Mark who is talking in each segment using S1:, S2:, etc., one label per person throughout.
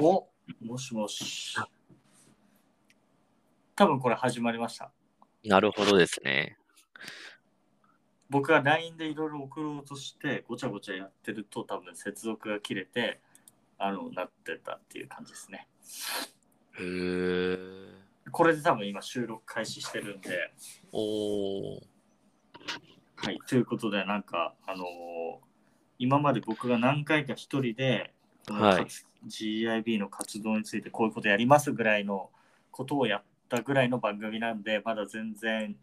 S1: お
S2: もしもし。多分これ始まりました。
S1: なるほどですね。
S2: 僕が LINE でいろいろ送ろうとして、ごちゃごちゃやってると、多分接続が切れて、あの、なってたっていう感じですね。
S1: へー。
S2: これで多分今収録開始してるんで、
S1: おー。
S2: はい。ということで、なんか、あのー今まで僕が何回か一人で、この
S1: はい
S2: GIB の活動についてこういうことやりますぐらいのことをやったぐらいの番組なんで、まだ全然、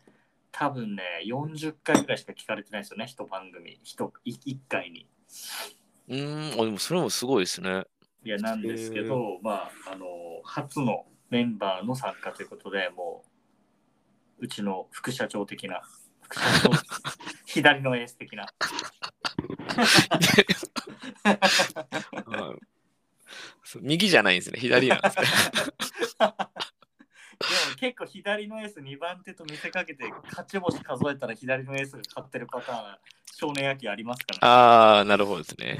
S2: 多分ね、40回ぐらいしか聞かれてないですよね、一番組、一い一回に。
S1: うーん、あでもそれもすごいです ね。
S2: いや、なんですけど、まあ、あのー初のメンバーの参加ということで、もう、うちの副社長的な、副社 長左のエース的な。
S1: はいそう右じゃないんですね、左なん ですね。
S2: でも結構左のエース2番手と見せかけて勝ち星数えたら左のエースが勝ってるパターン少年野球ありますから、
S1: ああ、なるほどです ね。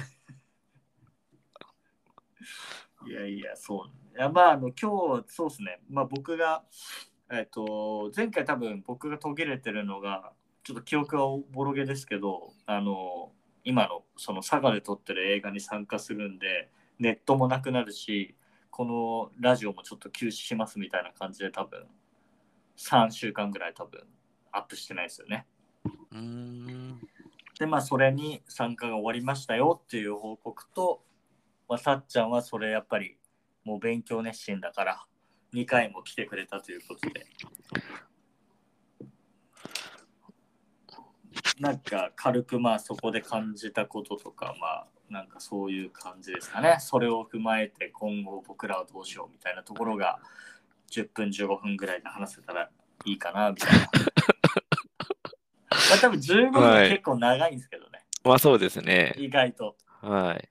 S2: いやいやそういやまああの今日そうですねまあ僕がえっ、と前回多分僕が途切れてるのがちょっと記憶はおぼろげですけどあの今のその佐賀で撮ってる映画に参加するんでネットもなくなるしこのラジオもちょっと休止しますみたいな感じで多分3週間ぐらい多分アップしてないですよね
S1: うーん。
S2: でまあそれに参加が終わりましたよっていう報告と、まあ、さっちゃんはそれやっぱりもう勉強熱心だから2回も来てくれたということでなんか軽くまあそこで感じたこととかまあなんかそういう感じですかねそれを踏まえて今後僕らはどうしようみたいなところが10分15分ぐらいで話せたらいいかなみたいなまあ多分15分は結構長いんですけどね、
S1: まあそうですね。
S2: 意外と。
S1: はい。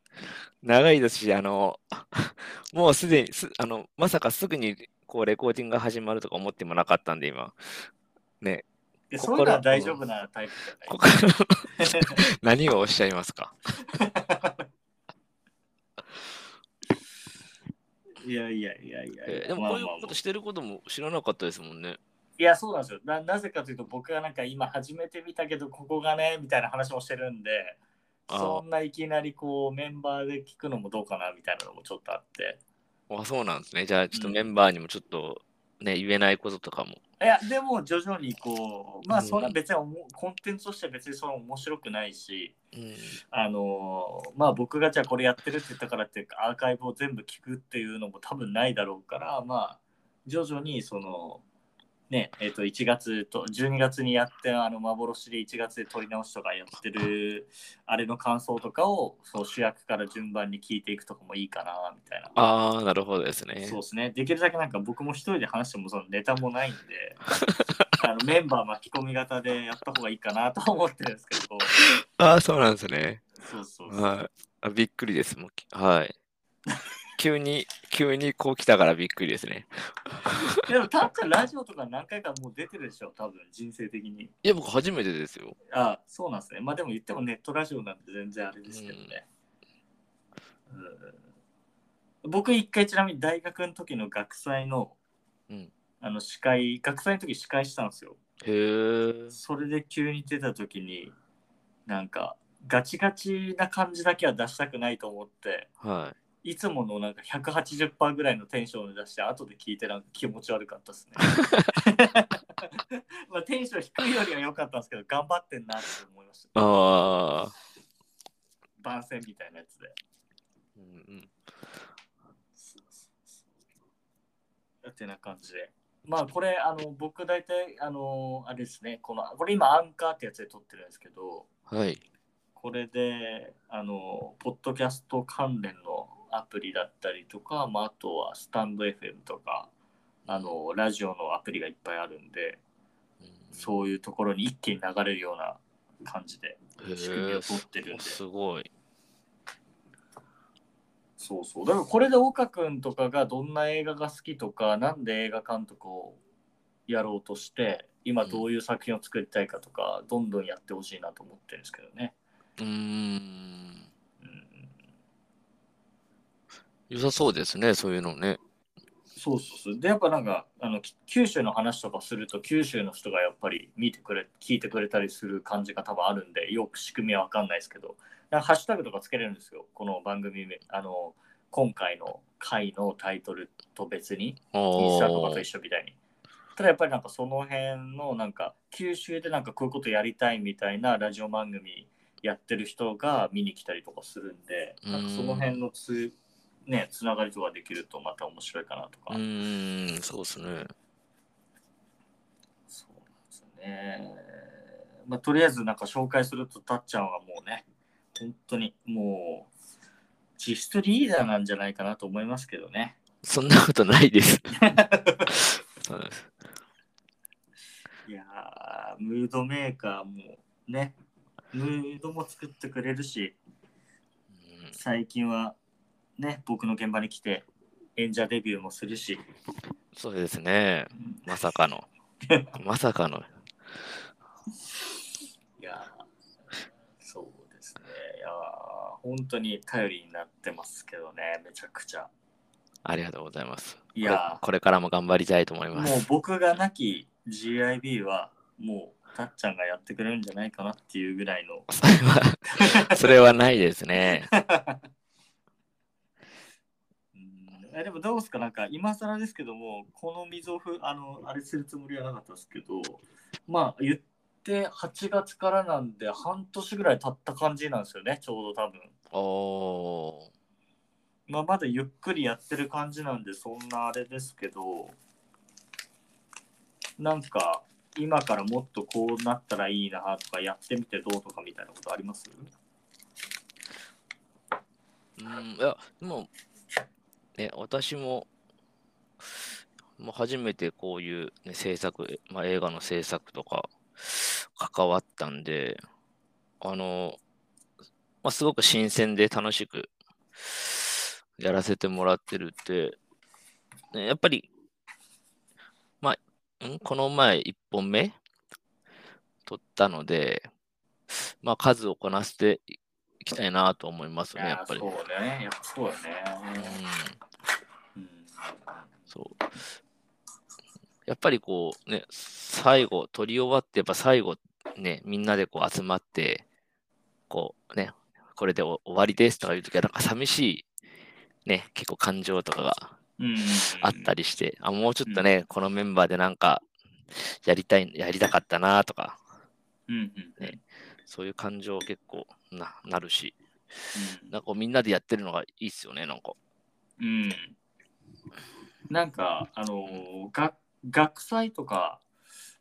S1: 長いですし、あの、 もうすでにす、あの、まさかすぐにこうレコーディングが始まるとか思ってもなかったんで、今。ね。
S2: で
S1: こ
S2: そ
S1: こ
S2: ういうのは
S1: ら
S2: 大丈夫なタイプじゃない
S1: ここ 何をおっしゃいますか
S2: いやいやいやいやいや。
S1: えーでも
S2: まあま
S1: こう
S2: あ
S1: い
S2: まあ
S1: うことしてることも知らなかったですもんね。
S2: いや、そうなんですよな。なぜかというと、僕がなんか今始めてみたけど、ここがね、みたいな話もしてるんで、
S1: あー
S2: そんないきなりこうメンバーで聞くのもどうかなみたいなのもちょっとあって。
S1: あ、そうなんですね。じゃあ、ちょっと
S2: うん
S1: メンバーにもちょっとね、言えないこととかも。
S2: いや、でも徐々にこう、まあ
S1: うん
S2: そんな別におもコンテンツとして別にその面白くないし、
S1: うん。
S2: あのーまあ僕がじゃあこれやってるって言ったからってアーカイブを全部聞くっていうのも多分ないだろうからまあ徐々にそのねえっと1月と12月にやってあの幻で1月で撮り直しとかやってるあれの感想とかをそう主役から順番に聞いていくとかもいいかなみたいな。
S1: ああ、なるほどですね
S2: そう。ですねできるだけなんか僕も一人で話してもそのネタもないんであのメンバー巻き込み型でやった方がいいかなとは思ってるんですけど
S1: ああ、そうなんですね。
S2: そうそうそう
S1: はい。あ、びっくりです。もうき はい。急に、急にこう来たからびっくりですね。
S2: でも、たっちゃん、ラジオとか何回かもう出てるでしょ、多分人生的に。
S1: いや、僕初めてですよ。
S2: あそうなんですね。まあでも言ってもネットラジオなんて全然あれですけどね。うん僕、一回ちなみに大学の時の学祭の、
S1: うん
S2: あの司会、学祭の時司会したんですよ。
S1: へえ。
S2: それで急に出た時に、なんか、ガチガチな感じだけは出したくないと思って、
S1: はい
S2: つものなんか180%ぐらいのテンションを出して、後で聞いてなんか気持ち悪かったですね。まあテンション低いよりは良かったんですけど、頑張ってんなって思いまし
S1: い。
S2: た。
S1: ああ。
S2: 番宣みたいなやつで。
S1: うんうん
S2: ってな感じで。まあこれ、あの、僕大体、あの、あれですね、この、これ今アンカーってやつで撮ってるんですけど、
S1: はい。
S2: これで、あの、ポッドキャスト関連のアプリだったりとか、まあ、あとはスタンド FM とか、あの、ラジオのアプリがいっぱいあるんで、
S1: う
S2: そういうところに一気に流れるような感じで、
S1: ん。へ
S2: 仕組みを
S1: え。
S2: 取ってるんで。
S1: すごい。
S2: そうそう。だからこれで岡君とかがどんな映画が好きとか、なんで映画監督をやろうとして、今どういう作品を作りたいかとか、どんどんやってほしいなと思ってるんですけどね。
S1: うーん。
S2: うん、
S1: 良さそうですね、そういうのね。
S2: そうそうそう。で、やっぱなんか、あの、き九州の話とかすると、九州の人がやっぱり見てくれ、聞いてくれたりする感じが多分あるんで、よく仕組みはわかんないですけど、なんかハッシュタグとかつけれるんですよ。この番組名、あの、今回の回のタイトルと別に、インスタとかと一緒みたいに。ただやっぱりなんかその辺のなんか九州でなんかこういうことやりたいみたいなラジオ番組やってる人が見に来たりとかするんで、なんかその辺のつ,、ね、つながりとかできるとまた面白いかなとか。
S1: うーん、そうですね。
S2: そうなんですね。まあとりあえずなんか紹介するとたっちゃんはもうね、本当にもう実質リーダーなんじゃないかなと思いますけどね。
S1: そんなことないです。そうなんです
S2: いやームードメーカーもね、ムードも作ってくれるし、
S1: うん
S2: 最近はね、僕の現場に来て演者デビューもするし、
S1: そうですね。まさかの。まさかの。
S2: いやーそうですね。いやー本当に頼りになってますけどね、めちゃくちゃ。
S1: ありがとうございます。
S2: いやー
S1: これこれからも頑張りたいと思い
S2: も
S1: ま
S2: う
S1: す。
S2: 僕がなき GIB はもうたっちゃんがやってくれるんじゃないかなっていうぐらい の
S1: それは、それはないですね。
S2: うんえでもどうですかなんか今更ですけどもこの溝ふあのあれするつもりはなかったですけどまあ言って8月からなんで半年ぐらい経った感じなんですよねちょうど多分、
S1: おー。
S2: まあ、まだゆっくりやってる感じなんでそんなあれですけどなんか今からもっとこうなったらいいなとかやってみてどうとかみたいなことあります
S1: うん、いや、でも、ね、私も、もう初めてこういう、ね、制作、まあ、映画の制作とか関わったんで、あの、まあ、すごく新鮮で楽しくやらせてもらってるって、ね、やっぱり、まあ、んこの前1本目撮ったので、まあ、数をこなしていきたいなと思いますね、やっぱり。
S2: いやそうねやっぱそうだ
S1: うん
S2: ね、うん
S1: そう。やっぱりこうね、最後、撮り終わって、やっぱ最後、ね、みんなでこう集まって、こうね、これでお終わりですとかいう時は、なんか寂しい、ね、結構感情とかが
S2: うん、
S1: あったりして、あ、もうちょっとね、このメンバーでなんか、やりたい、やりたかったなとか、
S2: うんうんうん
S1: ねそういう感情結構ななるし、
S2: うん
S1: なんかこうみんなでやってるのがいいっすよね、なんか。
S2: うん、なんかあのーが学祭とか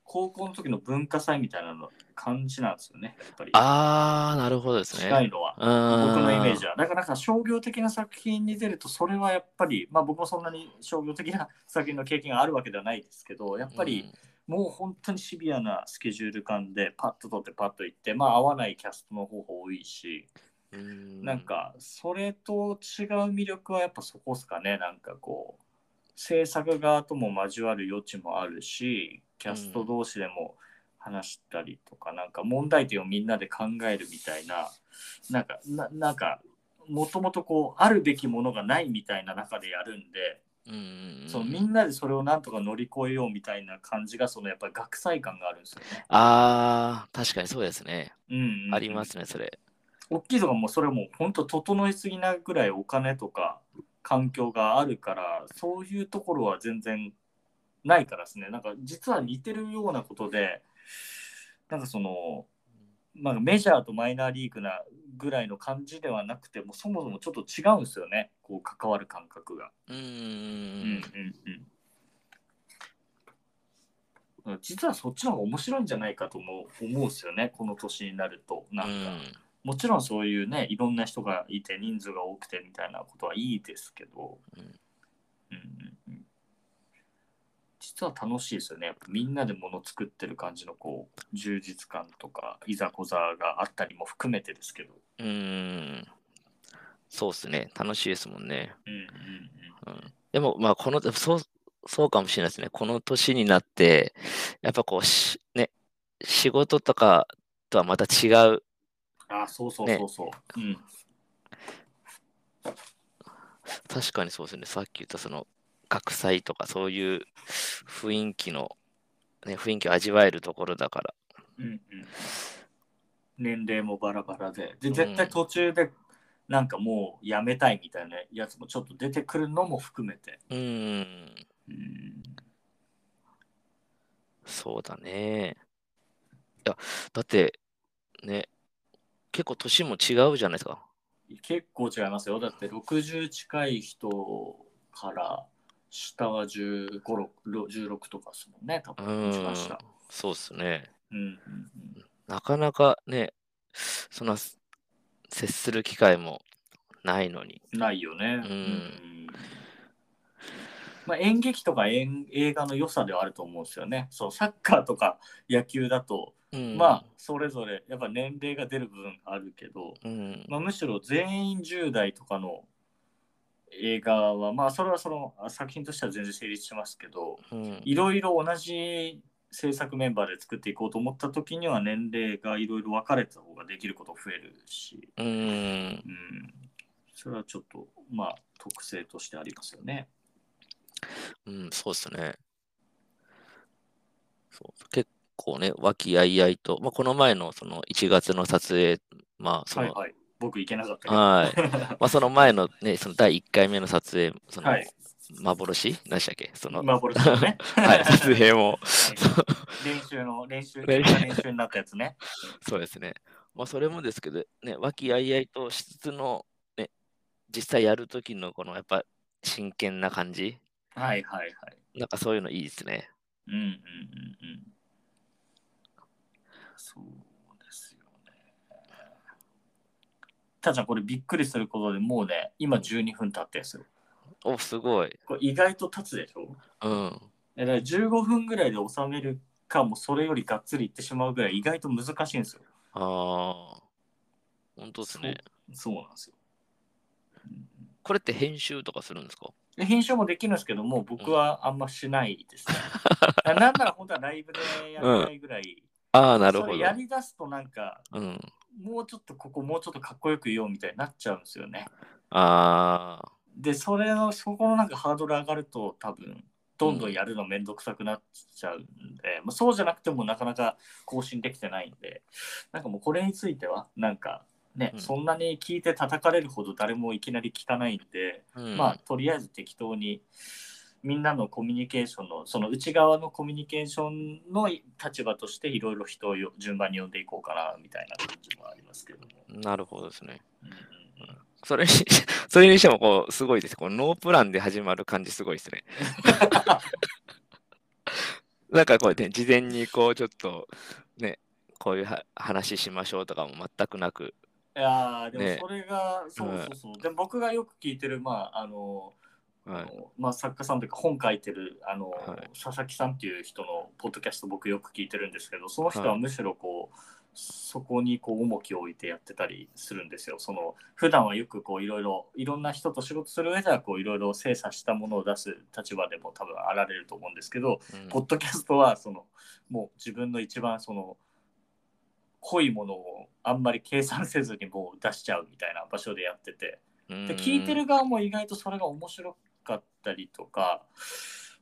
S2: 高校の時の文化祭みたいなの感じなんですよねやっぱり
S1: あー、なるほどですね。
S2: 近いのは
S1: 僕
S2: 僕のイメー
S1: ジ
S2: ジはだからなんか商業的な作品に出るとそれはやっぱりまあ僕もそんなに商業的な作品の経験があるわけではないですけどやっぱり、もう本当にシビアなスケジュール感でパッと撮ってパッと行ってまあ合わないキャストの方が多いしなんかそれと違う魅力はやっぱそこっすかねなんかこう制作側とも交わる余地もあるしキャスト同士でも話したりとか、なんか問題点をみんなで考えるみたいななんかななんかもともとこうあるべきものがないみたいな中でやるんで、
S1: うん
S2: そのみんなでそれをなんとか乗り越えようみたいな感じがそのやっぱり学祭感があるんですよね。
S1: ああ、確かにそうですね。
S2: うんうんうん
S1: ありますね、それ。
S2: 大きいとかもうそれはもう本当整いすぎなぐらいお金とか環境があるからそういうところは全然ないからですねなんか実は似てるようなことでなんかそのなんかメジャーとマイナーリーグなぐらいの感じではなくてもうそもそもちょっと違うんですよねこう関わる感覚が。
S1: うんうん
S2: う
S1: うん
S2: んうんうん実はそっちの方が面白いんじゃないかとも思うんですよねこの年になるとなんか。もちろんそういうねいろんな人がいて人数が多くてみたいなことはいいですけど、
S1: うん
S2: うんうんうん実は楽しいですよねやっぱみんなでもの作ってる感じのこう充実感とかいざこざがあったりも含めてですけど、
S1: うんうんそうですね。楽しいですもんね。
S2: うんうんうん、
S1: うん、でも、まあ、この、そう、そうかもしれないですね。この年になって、やっぱこう、しね、仕事とかとはまた違う、
S2: あそうそうそうそう、うん、
S1: 確かにそうですね。さっき言ったその学祭とかそういう雰囲気の、ね、雰囲気を味わえるところだから。
S2: うんうん、年齢もバラバラでで絶対途中でなんかもうやめたいみたいなやつもちょっと出てくるのも含めて、
S1: うーん、
S2: うん、
S1: そうだね。いや、だって、ね、結構年も違うじゃないですか。
S2: 結構違いますよだって60近い人から下は15 16とかですもんね多
S1: う
S2: 分一
S1: ー
S2: 番
S1: ん
S2: 下、、
S1: そうですね。
S2: うんうん
S1: なかなかね、そんな接する機会もないのに。
S2: うん、ないよね、
S1: うん
S2: まあ、演劇とか演映画の良さではあると思うんですよねそうサッカーとか野球だと
S1: うん、
S2: まあそれぞれやっぱ年齢が出る部分があるけど、
S1: うん、
S2: まあ、むしろ全員10代とかの映画はまあそれはそのあ作品としては全然成立しますけど
S1: うん、
S2: いろいろ同じ制作メンバーで作っていこうと思った時には年齢がいろいろ分かれてた方ができること増えるし、
S1: うーん。
S2: うん、それはちょっとまあ特性としてありますよね。
S1: うん、そうですね。そう結構ね、和気あいあいと、まあ、この前のその1月の撮影、まあ、そ
S2: はい
S1: の、
S2: はい、僕行けなか ったけど。
S1: はい。まあ、その前のね、その第1回目の撮影、その、
S2: はい
S1: 幻何でしたっけその、。
S2: 幻のね
S1: はい、撮影も、
S2: 練習の練 習
S1: 練
S2: 練
S1: 習
S2: 習になったやつね。
S1: そうですね。まあ、それもですけど、ね、和気あいあいとしつつの、ね、実際やる時のこの、やっぱ、真剣な感じ、
S2: はいはいはい。
S1: なんかそういうのいいですね。
S2: うんうんうんうん。そうですよね。たーちゃんこれびっくりすることでもうね、今12分経ってんすよ。
S1: お、すごい。
S2: これ意外と経つでしょ
S1: うん。
S2: えだから15分ぐらいで収めるかもそれよりがっつりいってしまうぐらい意外と難しいんですよ。
S1: ああ、本当ですね。
S2: そうなんですよ。うん
S1: これって編集とかするんですか
S2: で編集もできるんですけども、僕はあんましないです、ね。なんなら本当はライブでやりたいぐら い。
S1: ああ、な
S2: それやりだすとなんか、
S1: うん。
S2: もうちょっとここもうちょっとかっこよく言おうみたいになっちゃうんですよね。
S1: ああ、
S2: で、それの、そこのなんかハードル上がると多分、どんどんやるのめんどくさくなっちゃうんで、まあ、そうじゃなくてもなかなか更新できてないんで、なんかもうこれについては、なんかね、
S1: うん
S2: そんなに聞いて叩かれるほど誰もいきなり聞かないんで、
S1: うん。
S2: まあとりあえず適当にみんなのコミュニケーションのその内側のコミュニケーションの立場としていろいろ人をよ順番に呼んでいこうかなみたいな感じもありますけども。
S1: なるほどですね。
S2: うんうんうん
S1: それに、 それにしても、こう、すごいです。このノープランで始まる感じ、すごい ですね。なんかこうね、事前にこう、ちょっと、ね、こういうは話しましょうとかも全くなく。
S2: いやーで
S1: ね
S2: もそれが、そうそうそう、で僕がよく聞いてるまああの、
S1: は
S2: あ
S1: い。
S2: のまあ、作家さんというか本書いてるあの、
S1: はい
S2: 佐々木さんっていう人のポッドキャスト僕よく聞いてるんですけどその人はむしろこう、そこにこう重きを置いてやってたりするんですよ。その普段はよくこういろいろいろんな人と仕事する上ではこういろいろ精査したものを出す立場でも多分あられると思うんですけど、
S1: うん
S2: ポッドキャストはそのもう自分の一番その濃いものをあんまり計算せずにもう出しちゃうみたいな場所でやってて。で聞いてる側も意外とそれが面白かったりとか、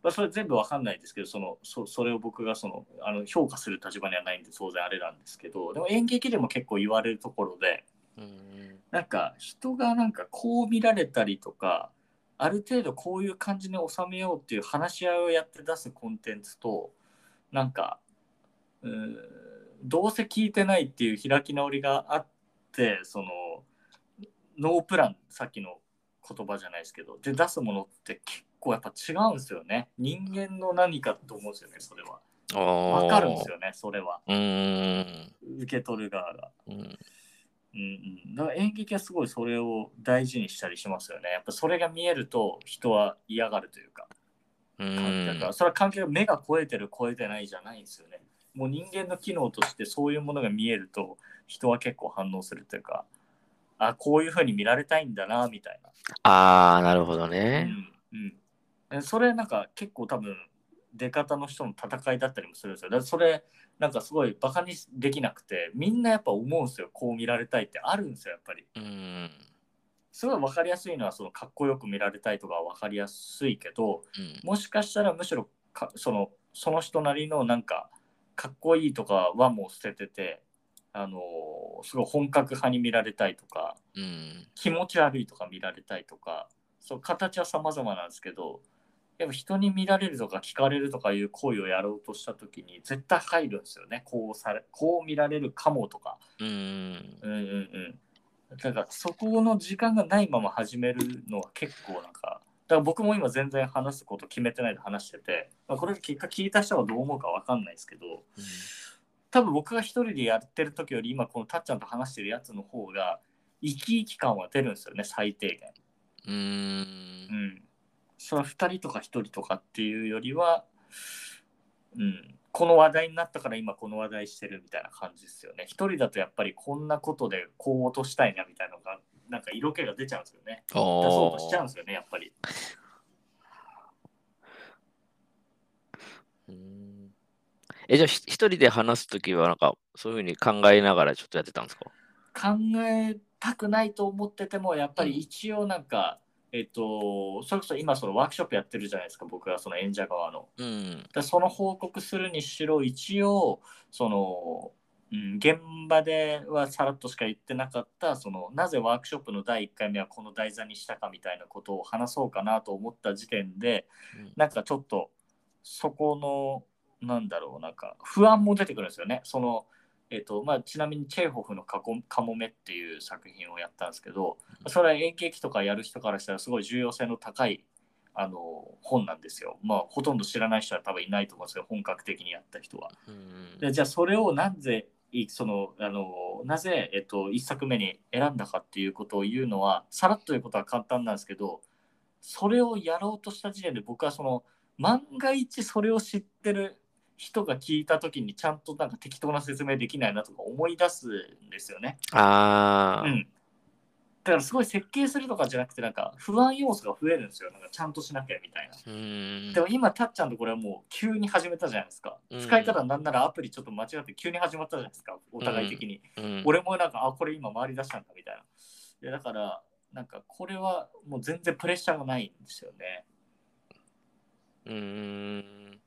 S2: まあ、それ全部わかんないですけどそのそそれを僕がそのあの評価する立場にはないんで当然あれなんですけどでも演劇でも結構言われるところで
S1: うーん。うん
S2: なんか人がなんかこう見られたりとかある程度こういう感じに収めようっていう話し合いをやって出すコンテンツとなんかうーんどうせ聞いてないっていう開き直りがあってそのノープランさっきの言葉じゃないですけどで出すものって結構やっぱ違うんですよね人間の何かと思うんですよねそれは
S1: ああ。
S2: わかるんですよねそれは
S1: うーん。
S2: 受け取る側が
S1: うん。
S2: うんうん、だから演劇はすごいそれを大事にしたりしますよね。やっぱそれが見えると人は嫌がるというか、
S1: う
S2: 観客
S1: ー
S2: は
S1: ん。
S2: それは観客が目が超えてる超えてないじゃないんですよね。もう人間の機能としてそういうものが見えると人は結構反応するというか、あこういうふうに見られたいんだなみたい
S1: ああ、なるほど
S2: な。う
S1: ね。
S2: んうんえ、それなんか結構多分出方の人の戦いだったりもするんですよ。だからそれなんかすごいバカにできなくてみんなやっぱ思うんですよ。こう見られたいってあるんですよやっぱり。
S1: うん。
S2: すごい分かりやすいのはそのかっこよく見られたいとかは分かりやすいけどもしかしたらむしろかそのその人なりのなんかかっこいいとかはもう捨てててあのすごい本格派に見られたいとか
S1: うん。うん。
S2: 気持ち悪いとか見られたいとかそう形は様々なんですけどやっぱ人に見られるとか聞かれるとかいう行為をやろうとした時に絶対入るんですよねこうされこう見られるかもとか
S1: うん。
S2: うんうんうんだからそこの時間がないまま始めるのは結構なんかだから僕も今全然話すこと決めてないで話してて、まあ、これ結果聞いた人はどう思うかわかんないですけど多分僕が一人でやってる時より今このたっちゃんと話してるやつの方が生き生き感は出るんですよね最低限。
S1: う。
S2: うんん、それは2人とか1人とかっていうよりは、うん、この話題になったから今この話題してるみたいな感じですよね1人だとやっぱりこんなことでこう落としたいなみたいなのがなんか色気が出ちゃうんですよね出
S1: あ
S2: そうとしちゃう
S1: あ
S2: ん。ですよねやっぱり
S1: うんえ、じゃあ、ひ一人で話すときは、なんか、そういうふうに考えながらちょっとやってたんですか
S2: 考えたくないと思っててもやっぱり一応なんか、えっとそれこそ今そのワークショップやってるじゃないですか僕がその演者側の
S1: うん。
S2: でその報告するにしろ一応その、うん、現場ではさらっとしか言ってなかったそのなぜワークショップの第1回目はこの題材にしたかみたいなことを話そうかなと思った時点で
S1: うん
S2: なんかちょっとそこのなんだろうなんか不安も出てくるんですよね。そのえっとまあ、ちなみにチェーホフのカコ「カモメ」っていう作品をやったんですけど
S1: うん
S2: それは演劇とかやる人からしたらすごい重要性の高いあの本なんですよ。まあほとんど知らない人は多分いないと思うんですけど本格的にやった人は。
S1: うん
S2: でじゃあそれをなぜいそのあのなぜ、えっと、1作目に選んだかっていうことを言うのはさらっということは簡単なんですけどそれをやろうとした時点で僕はその万が一それを知ってる人が聞いた時にちゃんとなんか適当な説明できないなとか思い出すんですよね。
S1: あ
S2: う
S1: あ。
S2: ん、だからすごい設計するとかじゃなくてなんか不安要素が増えるんですよなんかちゃんとしなきゃみたいな。
S1: うん
S2: でも今たっちゃんとこれはもう急に始めたじゃないですか、
S1: うん
S2: 使い方なんならアプリちょっと間違って急に始まったじゃないですかお互い的に、
S1: うん
S2: 俺もなんかあこれ今回り出したんだみたいないやだからなんかこれはもう全然プレッシャーがないんですよね
S1: うーん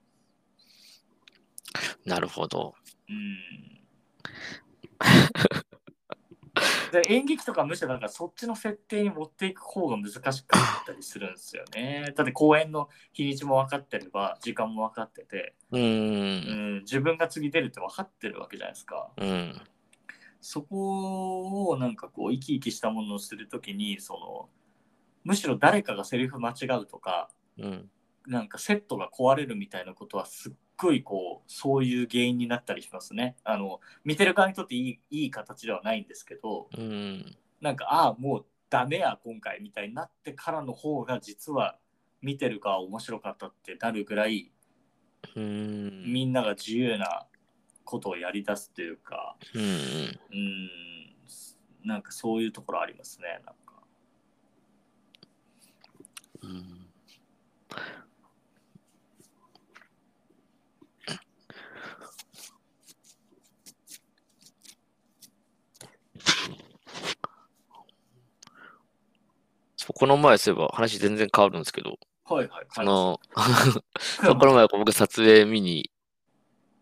S1: なるほど。
S2: うんで演劇とかむしろなんかそっちの設定に持っていく方が難しかったりするんですよね。だって公演の日にちも分かってれば時間も分かってて、
S1: うー。
S2: うんん、自分が次出るって分かってるわけじゃないですか。
S1: うん。
S2: そこをなんかこう生き生きしたものをするときにそのむしろ誰かがセリフ間違うとか
S1: うん。
S2: なんかセットが壊れるみたいなことはすっごいこうそういう原因になったりしますね。あの見てる側にとっていいいい形ではないんですけど、
S1: うん。
S2: なんかああもうダメや今回みたいになってからの方が実は見てるか面白かったってなるぐらい
S1: うん。
S2: みんなが自由なことをやりだすというか
S1: うん。
S2: うーんなんかそういうところありますねなんか
S1: うんそうこの前そういえば話全然変わるんですけど、
S2: はいはい
S1: あの、
S2: そ
S1: そうこの前こう僕撮影見に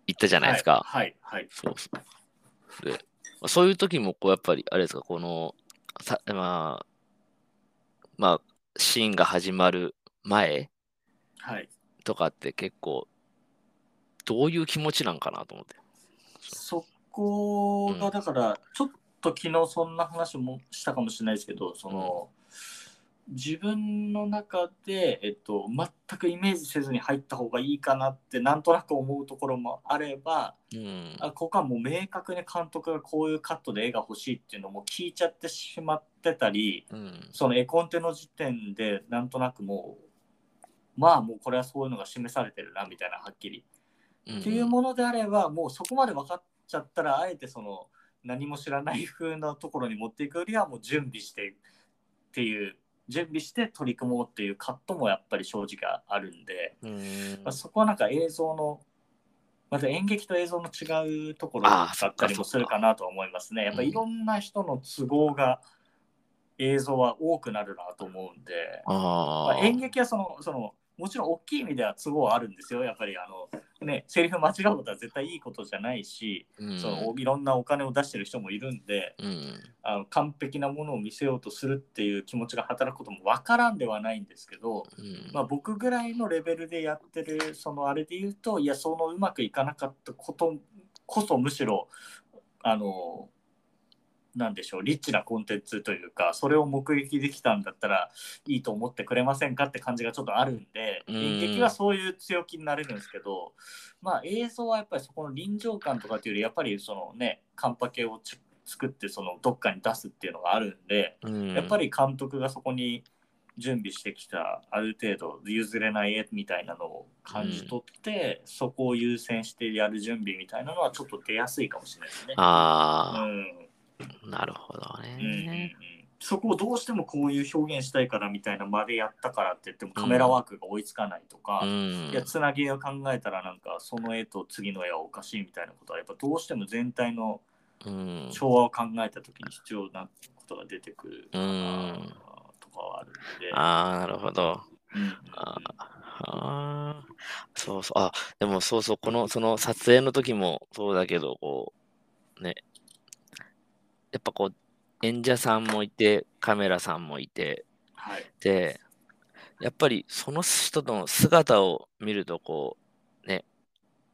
S1: 行ったじゃないですか。
S2: はいはい
S1: そうそう。で、まあそういう時も、こう、やっぱり、あれですか、この、さ、まあ、まあ、シーンが始まる前
S2: はい
S1: とかって結構、どういう気持ちなんかなと思って。
S2: そこがだからちょっと昨日そんな話もしたかもしれないですけどその、自分の中で、えっと、全くイメージせずに入った方がいいかなってなんとなく思うところもあれば
S1: うん。
S2: あここはもう明確に監督がこういうカットで絵が欲しいっていうのも聞いちゃってしまってたり
S1: うん。
S2: その絵コンテの時点でなんとなくもうまあもうこれはそういうのが示されてるなみたいなはっきりっていうものであればもうそこまで分かっちゃったらあえてその何も知らない風なところに持っていくよりはもう準備してっていう準備して取り組もうっていうカットもやっぱり正直あるんで、
S1: うん。うん
S2: まあ、そこはなんか映像のまた演劇と映像の違うところだったりもするかなとは思いますね。やっぱいろんな人の都合が映像は多くなるなと思うんで、まあ、
S1: ああ。
S2: 演劇はそのそのもちろん大きい意味では都合はあるんですよやっぱりあのねセリフ間違うことは絶対いいことじゃないし、
S1: うん、
S2: そのいろんなお金を出してる人もいるんで
S1: うん。
S2: あの完璧なものを見せようとするっていう気持ちが働くことも分からんではないんですけど、
S1: うん。
S2: まあ、僕ぐらいのレベルでやってるそのあれで言うといやそのうまくいかなかったことこそむしろあのなんでしょうリッチなコンテンツというかそれを目撃できたんだったらいいと思ってくれませんかって感じがちょっとあるんで
S1: うん
S2: 演劇はそういう強気になれるんですけどまあ映像はやっぱりそこの臨場感とかっていうよりやっぱりそのねカンパケをち作ってそのどっかに出すっていうのがあるんで。
S1: うん
S2: やっぱり監督がそこに準備してきたある程度譲れない絵みたいなのを感じ取って、そこを優先してやる準備みたいなのはちょっと出やすいかもしれないですね。う
S1: あ
S2: ん
S1: あ、なるほど
S2: うんうんう
S1: ね。
S2: んそこをどうしてもこういう表現したいからみたいなまでやったからって言ってもカメラワークが追いつかないとか、
S1: うん
S2: いやつなぎを考えたらなんかその絵と次の絵はおかしいみたいなことはやっぱどうしても全体の
S1: うん。
S2: 調和を考えた時に必要なことが出てくるか
S1: う
S2: なんとかはあるんで。
S1: ああ、なるほど。
S2: うん
S1: ああー、そうそう。あ、でもそうそう、この、その撮影の時もそうだけど、こう、ね。やっぱこう、演者さんもいて、カメラさんもいて、
S2: はい、
S1: で、やっぱりその人の姿を見ると、こう、ね、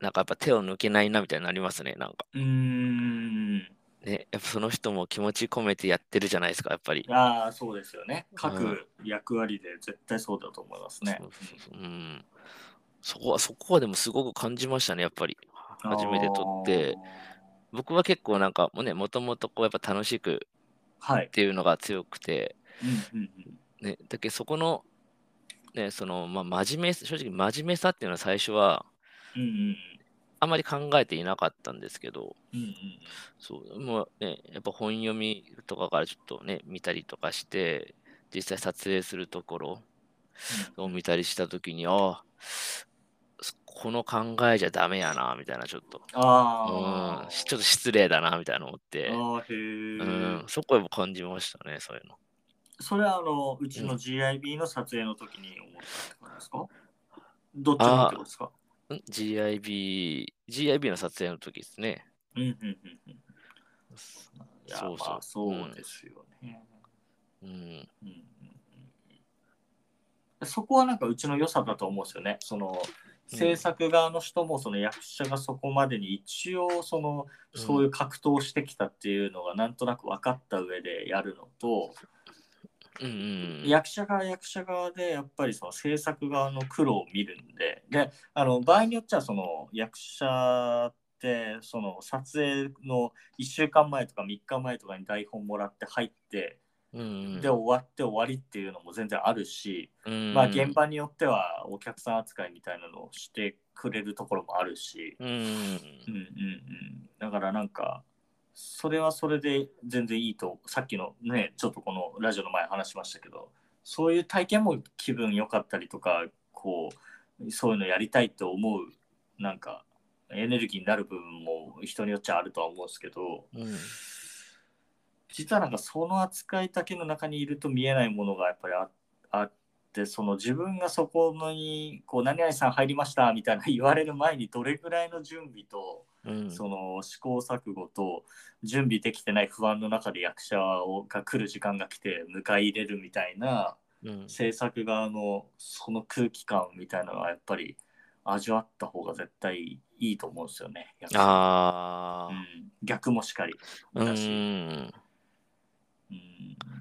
S1: なんかやっぱ手を抜けないなみたいになりますね、なんか。
S2: うーん
S1: ね、やっぱその人も気持ち込めてやってるじゃないですか、やっぱり。
S2: ああそうですよね
S1: う
S2: 各
S1: ん
S2: 役割で絶対そうだと思いますね
S1: そうそうそううん、そこは、そこはでもすごく感じましたね、やっぱり。初めて撮って、僕は結構なんかもうね、もともとこうやっぱ楽しく
S2: あーはい
S1: っ、ていうのが強くて、
S2: うんうんうん、
S1: ね、だけどそこの、ね、その、まあ、真面目、正直真面目さっていうのは最初は
S2: うんうん
S1: あまり考えていなかったんですけど、
S2: うんうん
S1: そう、もうね、やっぱ本読みとかからちょっとね、見たりとかして、実際撮影するところを見たりしたときに、ああ、この考えじゃダメやな、みたいな、ちょっと。
S2: あ
S1: うん、
S2: あ
S1: しちょっと失礼だな、みたいな思って、
S2: あー
S1: う
S2: へえ、
S1: ん、そこは感じましたね、そういうの。
S2: それはあのうちの GIB の撮影の時に思ったってことですかどっちもってことですか
S1: ん ?GIB、GIB の撮影の時ですね。
S2: うんうんうんうんいや
S1: そうそう
S2: まあそうですよね、
S1: うん。
S2: うんうんうんそこはなんかうちの良さだと思うんですよね。その
S1: うん
S2: 制作側の人もその役者がそこまでに一応そのそういう格闘をしてきたっていうのがなんとなく分かった上でやるのと、
S1: うんうん。、
S2: 役者側役者側でやっぱりその制作側の苦労を見るんでであの場合によっちゃその役者ってその撮影の1週間前とか3日前とかに台本もらって入って
S1: うんうん、
S2: で終わって終わりっていうのも全然あるし、
S1: うん、
S2: まあ、現場によってはお客さん扱いみたいなのをしてくれるところもあるし、
S1: うんうん
S2: うんうんうん、だからなんかそれはそれで全然いいとさっきのねちょっとこのラジオの前話しましたけどそういう体験も気分良かったりとかこうそういうのやりたいと思うなんかエネルギーになる部分も人によっちゃあるとは思うんですけど
S1: うん。うん
S2: 実はなんかその扱いだけの中にいると見えないものがやっぱりああってその自分がそこのにこう何々さん入りましたみたいな言われる前にどれぐらいの準備と、
S1: うん
S2: その試行錯誤と準備できてない不安の中で役者をが来る時間が来て迎え入れるみたいな
S1: うん
S2: 制作側のその空気感みたいなのはやっぱり味わった方が絶対いいと思うんですよね。役者
S1: あ
S2: う
S1: あ、
S2: ん、逆もしかり
S1: うん、う
S2: だし。
S1: ん
S2: うんだか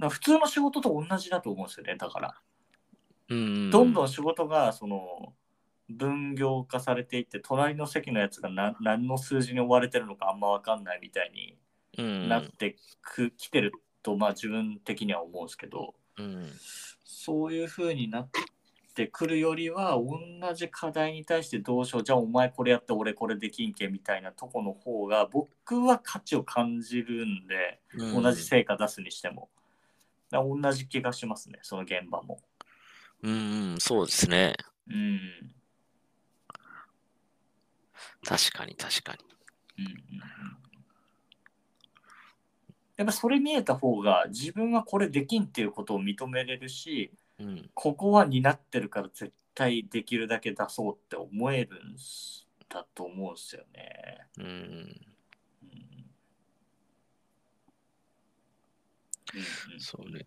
S2: ら普通の仕事と同じだと思うんですよねだから
S1: うん、
S2: どんどん仕事がその分業化されていって隣の席のやつが何何の数字に追われてるのかあんま分かんないみたいに
S1: うん、
S2: なってく、きてるとまあ自分的には思うんですけど
S1: うん、
S2: そういう風になってくるよりは同じ課題に対してどうしようじゃあお前これやって俺これできんけみたいなとこの方が僕は価値を感じるんで。
S1: うん
S2: 同じ成果出すにしても。だから同じ気がしますね、その現場も。
S1: うん、うん、そうですね。
S2: うん。うん
S1: 確かに、確かに。
S2: うんやっぱそれ見えた方が自分はこれできんっていうことを認めれるし
S1: うん。
S2: ここは担ってるから絶対できるだけ出そうって思えるんだと思うんですよね。
S1: うん。
S2: うんうんうん
S1: そうね。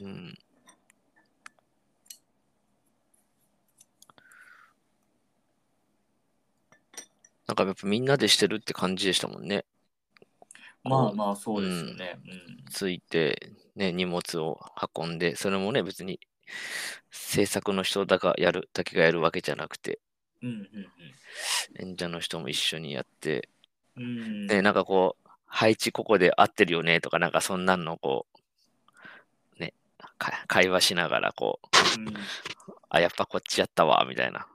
S1: うん。なんかやっぱみんなでしてるって感じでしたもんね。
S2: まあまあそうですよね。うん
S1: ついて、ね、荷物を運んで、それもね、別に制作の人だがやるだけがやるわけじゃなくて、
S2: うんうん
S1: 演者の人も一緒にやって、
S2: うんうん
S1: ね、なんかこう、配置ここで合ってるよねとか、なんかそんなんのこう、ね、か会話しながらこう、
S2: うん
S1: あ、やっぱこっちやったわ、みたいな。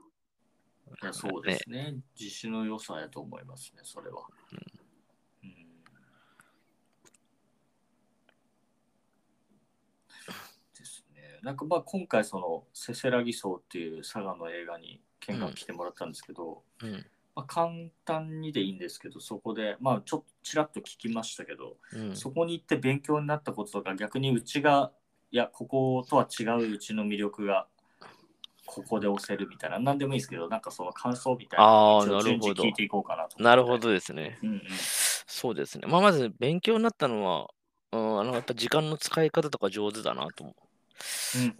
S2: いやそうですね自信の良さやと思いますね、それは。うんですね。なんかまあ今回、そのせせらぎ荘っていう佐賀の映画に見学来てもらったんですけど、
S1: うん。
S2: まあ、簡単にでいいんですけど、そこで、まあちょっとちらっと聞きましたけど、
S1: うん。
S2: そこに行って勉強になったこととか、逆にうちが、いや、こことは違ううちの魅力が、ここで押せるみたいな、なんでもいいですけど、なんかその感想みたいな
S1: あ
S2: の
S1: あ、
S2: を
S1: なる
S2: 順次
S1: ほど
S2: 聞い。ていこうかなと。
S1: なるほ。どですね。
S2: うんうん、
S1: そうですね。まあ、まず勉強になったのは、うん、あのやっぱ時間の使い方とか上手だなとも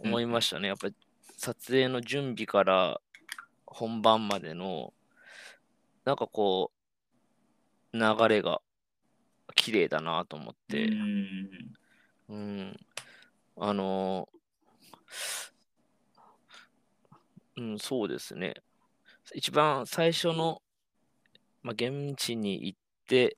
S2: うん
S1: 思いましたね。やっぱり撮影の準備から本番までの、なんかこう、流れが綺麗だなと思って。
S2: うんうん
S1: うん、あのーうん、そうですね。一番最初の、まあ、現地に行って、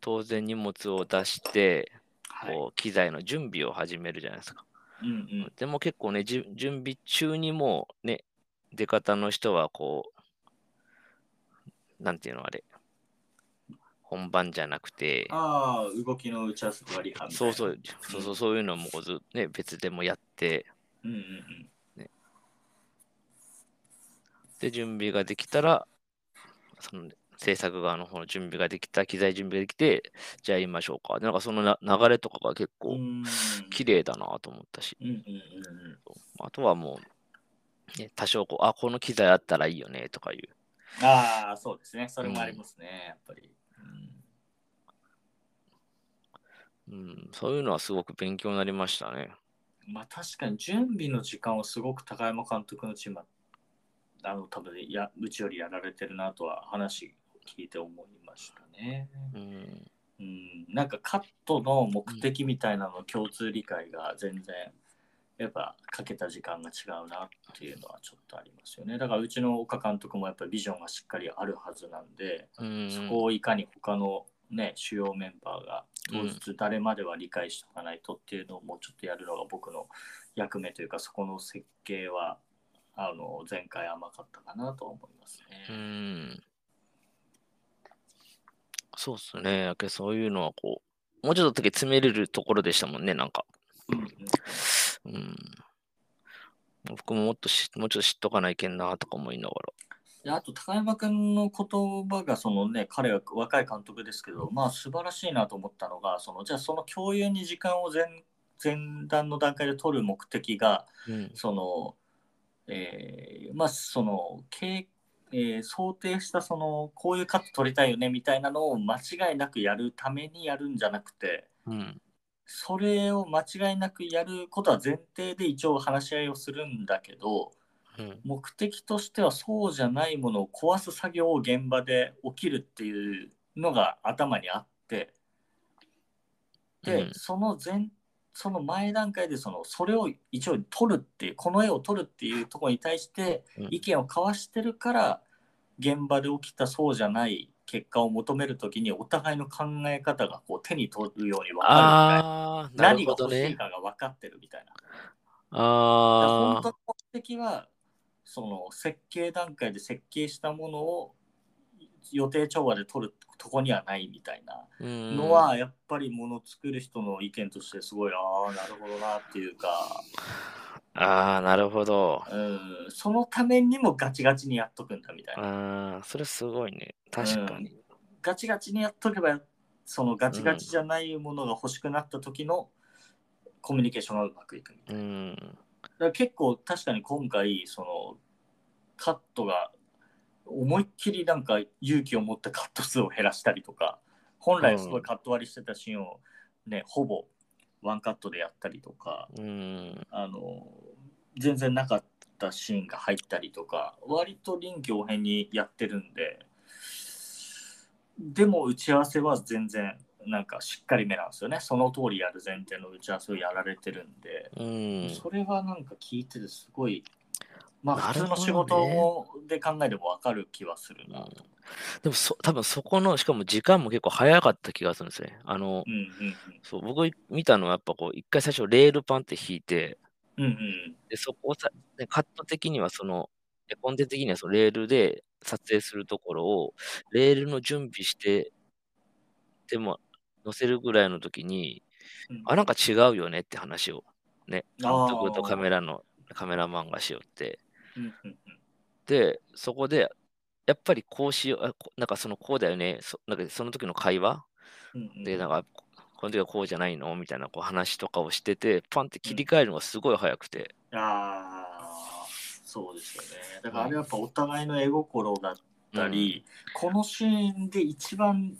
S1: 当然荷物を出して、
S2: はい。
S1: こう機材の準備を始めるじゃないですか。
S2: うんうん
S1: でも結構ね、じ準備中にもうね、出方の人はこう、なんていうのあれ、本番じゃなくて、
S2: ああ、動きの打ち合わせとかリハみたい
S1: そう
S2: な。
S1: そう、そうそう、そういうのもこうず、ね、別でもやって、
S2: うんうんうん。
S1: で、準備ができたら、その制作側の方の準備ができた、機材準備ができて、じゃあやりましょうか。でなんかそのな流れとかが結
S2: う
S1: 構
S2: ん
S1: 綺麗だなと思ったし、
S2: うんうんうんうん。
S1: あとはもう、ね、多少こう、あ、この機材あったらいいよねとかいう、
S2: ああ、そうですね。それもありますね、やっぱり。
S1: うん、そういうのはすごく勉強になりましたね。
S2: うん、まあ確かに準備の時間をすごく高山監督のチームは、あの多分やうちよりやられてるなとは話聞いて思いましたね。
S1: うん、
S2: うん、なんかカットの目的みたいなの共通理解が全然やっぱかけた時間が違うなっていうのはちょっとありますよね。だからうちの岡監督もやっぱりビジョンがしっかりあるはずなんで、
S1: うん、
S2: そこをいかに他の、ね、主要メンバーが当日誰までは理解しておかないとっていうのをもうちょっとやるのが僕の役目というかそこの設計はあの前回甘かったかなとは思います
S1: う
S2: ね。
S1: ん。そうっすね。やけどそういうのはこう、もうちょっと時詰めれるところでしたもんね、なんか。うん。僕ももっとし、もうちょっと知っとかないけんなとか思いなが
S2: であと高山君の言葉がそのね彼は若い監督ですけどまあ素晴らしいなと思ったのがそのじゃあその共有に時間を前前段の段階で取る目的が
S1: ら。うん。
S2: その、えーまあそのけ、えー想定したそのこういうカット取りたいよねみたいなのを間違いなくやるためにやるんじゃなくて
S1: うん。
S2: それを間違いなくやることは前提で一応話し合いをするんだけど
S1: うん。
S2: 目的としてはそうじゃないものを壊す作業を現場で起きるっていうのが頭にあって。で、
S1: うん
S2: その前その前段階でそのそれを一応撮るっていうこの絵を撮るっていうところに対して
S1: うん
S2: 意見を交わしてるから、現場で起きたそうじゃない結果を求めるときにお互いの考え方がこう手に取るように分か
S1: あ
S2: る
S1: ー、
S2: みた
S1: ない
S2: な何
S1: るほ
S2: が
S1: ど
S2: 欲しい
S1: ね。
S2: かが分かってるみたいな。だから
S1: あ
S2: 本当
S1: ー、
S2: の目的はその設計段階で設計したものを予定調和で撮るとこにはないみたいな。
S1: うん。
S2: のはやっぱりもの作る人の意見としてすごいああなるほどなっていうか
S1: ああ、なるほど。
S2: うん、そのためにもガチガチにやっとくんだみたいな。
S1: ああ、それすごいね。確かに。
S2: ガチガチにやっとけば、そのガチガチじゃないものが欲しくなった時のコミュニケーションがうまくいくみたいな。
S1: うん。
S2: だから結構確かに今回、そのカットが思いっきりなんか勇気を持ってカット数を減らしたりとか、本来すごいカット割りしてたシーンをね、ほぼワンカットでやったりとか、
S1: うん。
S2: あの全然なかったシーンが入ったりとか割と臨機応変にやってるんででも打ち合わせは全然なんかしっかりめなんですよねその通りやる前提の打ち合わせをやられてるんで、
S1: うん。
S2: それはなんか聞いててすごいまあ
S1: な
S2: 普通
S1: るほど
S2: の
S1: ね
S2: 仕事もで考えれば分かる気はするなと。
S1: でもそ、多分そこの、しかも時間も結構早かった気がするんですね。あの
S2: う、ん
S1: そう僕見たのはやっぱこう、一回最初レールパンって引いて、
S2: うんうん。うん
S1: でそこをさ、ねカット的にはその、えコンテンツ的にはそのレールで撮影するところを、レールの準備して、でも、載せるぐらいの時に、
S2: うんうん。
S1: あ、なんか違うよねって話を、ね、監
S2: あー
S1: 督とカメラの、カメラマンがしよって、
S2: うんうんうん
S1: で、そこで、やっぱりこうしよう、あこなんかそのこうだよね、そなんかその時の会話
S2: うんうん
S1: で、なんか、ここの時はこうじゃないのみたいなこう話とかをしてて、パンって切り替えるのがすごい早くて、
S2: ああ、そうですよね。だからあれはやっぱお互いの絵心だったり、このシーンで一番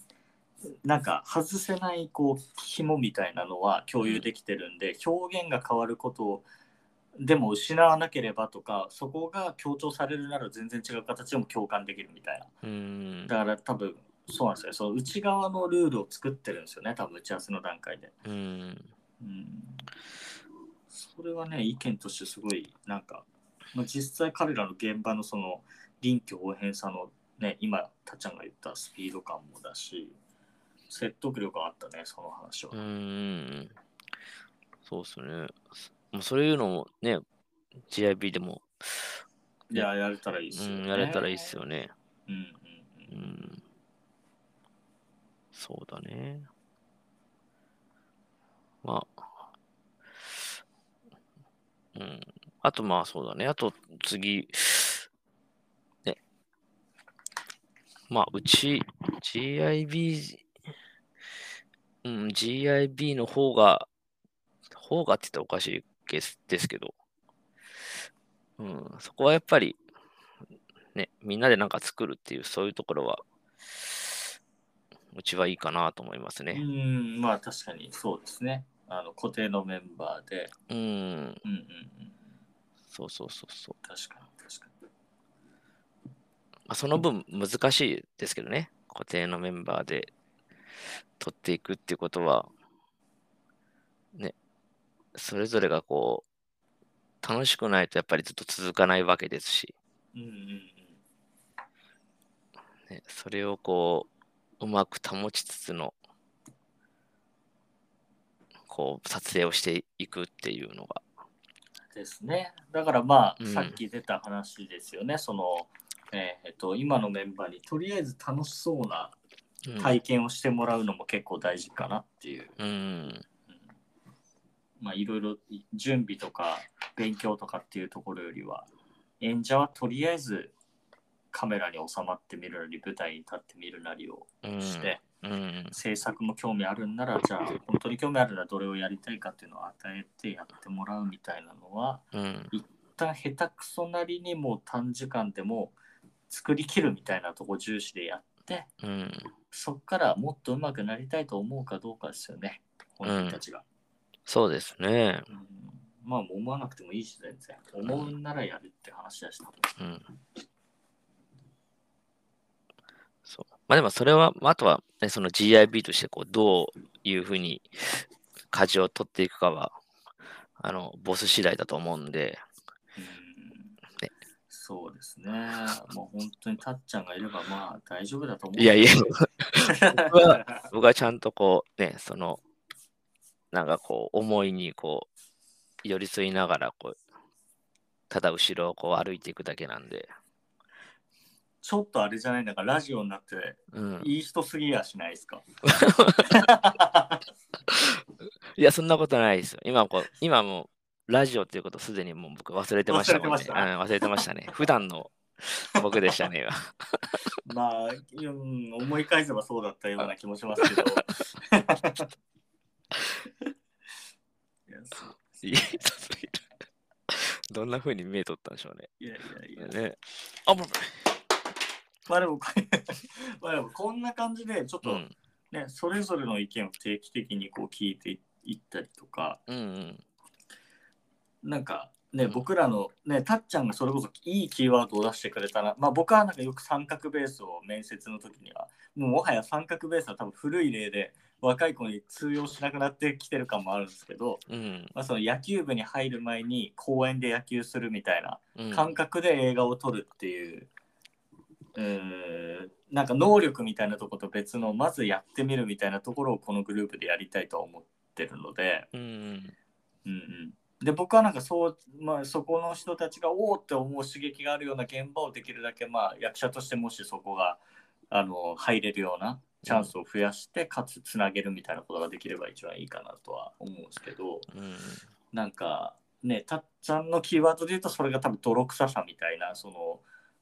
S2: なんか外せないこう紐みたいなのは共有できてるんで、表現が変わることでも失わなければとかそこが強調されるなら全然違う形でも共感できるみたいな
S1: うーん、
S2: だから多分そうなんですよねその内側のルールを作ってるんですよね多分打ち合わせの段階で
S1: うーん。
S2: うんそれはね意見としてすごいなんか、まあ、実際彼らの現場のその臨機応変さのね今たっちゃんが言ったスピード感もだし説得力があったねその話は
S1: うー。ん。そうっすね。もうそういうのもね、GIB でも、
S2: いややれたらいいっ
S1: う
S2: すよ、
S1: ん、
S2: ね。
S1: やれたらいいっす
S2: よ。
S1: よね。
S2: うんうん
S1: う
S2: うん
S1: ん。そうだね。まあ。うん。あとまあそうだね。あと次。ね。まあうち GIB、うん、GIB の方が、方がって言ったらおかしいですですけど。うん、そこはやっぱり、ね、みんなでなんか作るっていう、そういうところは、うちはいいかなと思います
S2: う
S1: ね。
S2: んまあ確かにそうですね。あの固定のメンバーで。
S1: うん、
S2: うんうんうん。
S1: そうそうそうそう。
S2: 確かに確かに。
S1: まあ、その分難しいですけどね、固定のメンバーで取っていくっていうことは、ね、それぞれがこう、楽しくないとやっぱりずっと続かないわけですし、
S2: うんうんうん。
S1: ね、それをこう、うまく保ちつつの、こう、撮影をしていくっていうのが、
S2: ですね。だからまあ、
S1: うん
S2: さっき出た話ですよね。その、えーえっと、今のメンバーにとりあえず楽しそうな
S1: うん
S2: 体験をしてもらうのも結構大事かなっていう。
S1: うん、
S2: うんまあ、いろいろ準備とか勉強とかっていうところよりは、演者はとりあえずカメラに収まってみるなり、舞台に立ってみるなりを
S1: うん、
S2: して、
S1: うん、
S2: 制作も興味あるんなら、じゃあ本当に興味あるならどれをやりたいかっていうのを与えてやってもらうみたいなのは、
S1: うん、
S2: 一旦下手くそなりにもう短時間でも作りきるみたいなとこ重視でやって
S1: うん、
S2: そっからもっと上手くなりたいと思うかどうかですよね本人たちが、
S1: そうですね。
S2: うんまあ思わなくてもいいし全然思うんならやるって話だし
S1: うんそう。まあでもそれは、まああとは、ね、その GIB としてこうどういうふうに舵を取っていくかは、あの、ボス次第だと思うんで、
S2: うん
S1: ね
S2: そうですねもう本当にたっちゃんがいればまあ大丈夫だと思う
S1: いやいや、僕はちゃんとこう、ね、その、なんかこう、思いにこう、寄り添いながら、こう、ただ後ろをこう歩いていくだけなんで、
S2: ちょっとあれじゃないなんかラジオになって
S1: うん。
S2: いい人すぎやしないですか
S1: いや、そんなことないですよ。今こう、今もう、ラジオということすでにもう僕忘れてましたもんね。
S2: 忘れてました
S1: うん忘れてましたね。 普段の僕でしたね。今
S2: まあ、うん、思い返せばそうだったような気もしますけど。いやそう
S1: いい人すぎるどんな風に目取ったんでしょうね。
S2: いやいやいや。
S1: ねあ、ぶ
S2: まあでも、これ まあでもこんな感じで、ちょっ
S1: う
S2: とね
S1: ん、、
S2: それぞれの意見を定期的にこう聞いていったりとか、
S1: うんうん。
S2: なんかね、
S1: うん
S2: 僕らのね、たっちゃんがそれこそいいキーワードを出してくれたら、まあ僕はなんかよく三角ベースを面接の時には、もうもはや三角ベースは多分古い例で若い子に通用しなくなってきてる感もあるんですけど、
S1: うん
S2: まあ、その野球部に入る前に公園で野球するみたいな
S1: うん。
S2: 感覚で映画を撮るっていう、うーんなんか能力みたいなとこと別のまずやってみるみたいなところをこのグループでやりたいとは思ってるので、
S1: うんうん。
S2: うんうん、で僕はなんかそう、まあ、そこの人たちがおおって思う刺激があるような現場をできるだけ、まあ、役者としてもしそこがあの入れるようなチャンスを増やして、かつつなげるみたいなことができれば一番いいかなとは思うんですけど。
S1: うん
S2: なんかねたっちゃんのキーワードで言うとそれが多分泥臭さみたいなその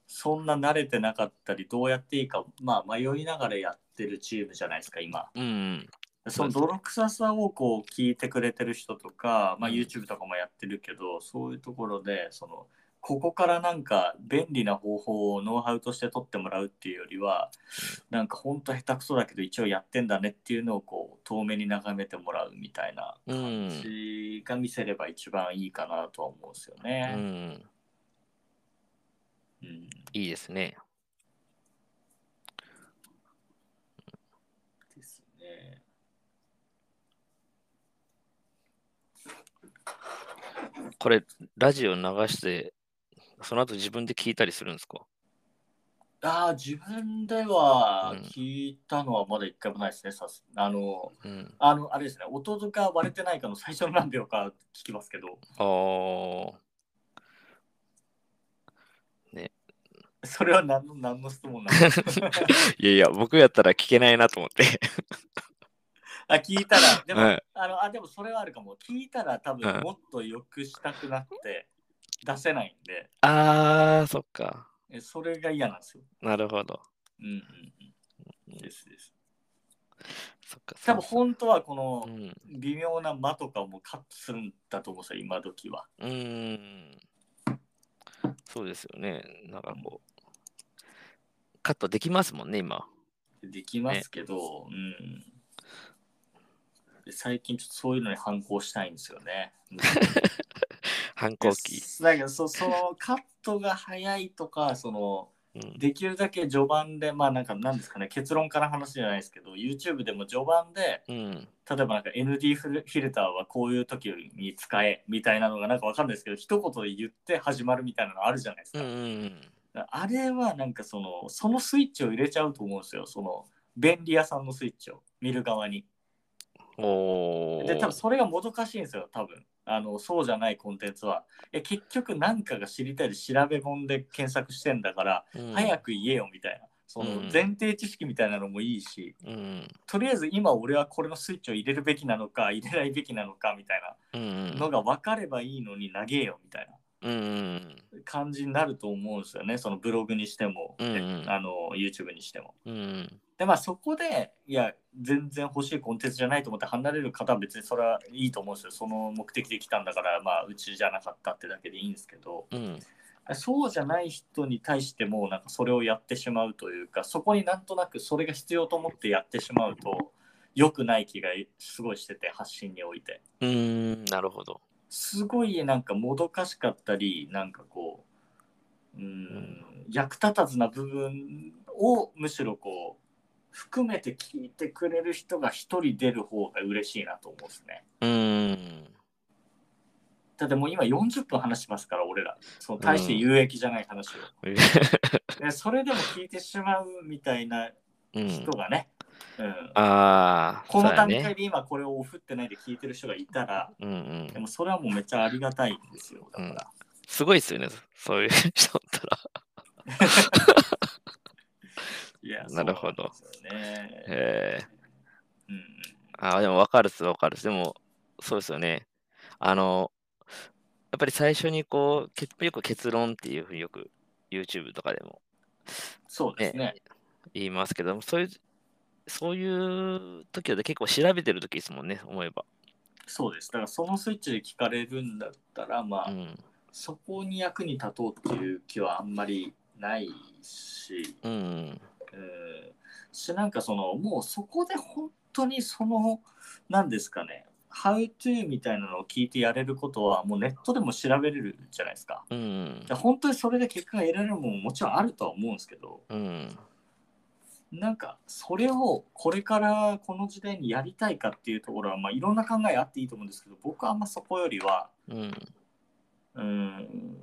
S2: そんな慣れてなかったりどうやっていいか、まあ、迷いながらやってるチームじゃないですか今
S1: うんうん。
S2: その泥臭さをこう聞いてくれてる人とか、まあ、
S1: うん
S2: YouTube とかもやってるけど、そういうところでそのここからなんか便利な方法をノウハウとして取ってもらうっていうよりはなんかほんと下手くそだけど一応やってんだねっていうのをこう遠目に眺めてもらうみたいな感じが見せれば一番いいかなとは思うんですよ
S1: う
S2: ね。
S1: ん。
S2: うん
S1: いいですね。
S2: ですね。
S1: これ、ラジオ流して、その後自分で聞いたりするんですか
S2: ああ自分では聞いたのはまだ一回もないですね。さすあの
S1: うん。
S2: あの、あれですね、弟か割れてないかの最初の何秒か聞きますけど、
S1: ああ。
S2: それは何の何の質問なの
S1: いやいや、僕やったら聞けないなと思 って。
S2: あ、聞いたら、でも、
S1: はい
S2: あの、あ、でもそれはあるかも。聞いたら多
S1: う
S2: 分
S1: ん
S2: もっと良くしたくなって出せないんで、
S1: ああ、そっか。
S2: えそれが嫌なんですよ。
S1: なるほど。
S2: うんうんうん。ですです。
S1: そっか。
S2: 多分本当はこの
S1: うん。
S2: 微妙な間とかもカットするんだと思うんですよ、今時は。
S1: うーん。そうですよね。なんかこう。カットできますもんね、今。
S2: できますけど、うん。で最近ちょっとそういうのに反抗したいんですよね。
S1: 反抗期。
S2: だけどそ そのカットが早いとかその
S1: うん。
S2: できるだけ序盤でまあなんかなんですかね結論から話じゃないですけど YouTube でも序盤で
S1: うん。
S2: 例えばなんか ND フルフィルターはこういう時に使えみたいなのがなんかわかんないですけど一言で言って始まるみたいなのあるじゃないです
S1: う
S2: か、
S1: んうん
S2: あれはなんかそのそのスイッチを入れちゃうと思うんですよその便利屋さんのスイッチを見る側に
S1: うん。おー。
S2: で多分それがもどかしいんですよ多分あのそうじゃないコンテンツはいや結局何かが知りたいで調べ物で検索してんだから、
S1: うん
S2: 早。く言えよみたいなその
S1: うん
S2: 前提知識みたいなのもいいし、
S1: うん。
S2: とりあえず今俺はこれのスイッチを入れるべきなのか入れないべきなのかみたい
S1: うん
S2: なのが分かればいいのに投げよみたい
S1: うん。うん。
S2: な感じになると思うんですよねそのブログにしても、
S1: うんうん
S2: あの YouTube にしても。
S1: うん。
S2: でまあそこでいや全然欲しいコンテンツじゃないと思って離れる方は別にそれはいいと思うんですよその目的で来たんだからまあうちじゃなかったってだけでいいんですけど
S1: うん。
S2: そうじゃない人に対してもなんかそれをやってしまうというかそこになんとなくそれが必要と思ってやってしまうと良くない気がすごいしてて発信において
S1: うん。なるほど。
S2: すごいなんかもどかしかったりなんかこううーん役立たずな部分をむしろこう含めて聞いてくれる人が一人出る方が嬉しいなと思うんですね。
S1: うん。
S2: だってもう今40分話してますから俺らその大して有益じゃない話を、でそれでも聞いてしまうみたいな
S1: うん
S2: 人。がね、うん、
S1: ああ。
S2: この段
S1: そうや
S2: 階
S1: ね
S2: で今これをオフってないで聞いてる人がいたら
S1: うんうん
S2: で。もそれはもうめっちゃありがたいんですよだから。
S1: すごいですよね。そういう人だったら。
S2: いや、
S1: なるほど
S2: そうなんですよね。
S1: えー
S2: うん
S1: あーでも分かるっす分かるっす。でも、そうですよね。あの、やっぱり最初にこう、けよく結論っていうふうによく YouTube とかでも
S2: そうですね。
S1: 言いますけども、そういう、そういう時は結構調べてる時ですもんね、思えば。
S2: そうです。だからそのスイッチで聞かれるんだったら、まあ、
S1: うん。
S2: そこに役に立とうっていう気はあんまりないし、
S1: うん。
S2: うん、し、なんかその、もうそこで本当にその、なんですかね、How to みたいなのを聞いてやれることは、もうネットでも調べれるじゃないですか。
S1: うん
S2: で。本当にそれで結果が得られるもんももちろんあるとは思うんですけど、
S1: うん。
S2: なんかそれをこれからこの時代にやりたいかっていうところは、まあ、いろんな考えあっていいと思うんですけど僕はあんまそこよりは
S1: うん。
S2: うん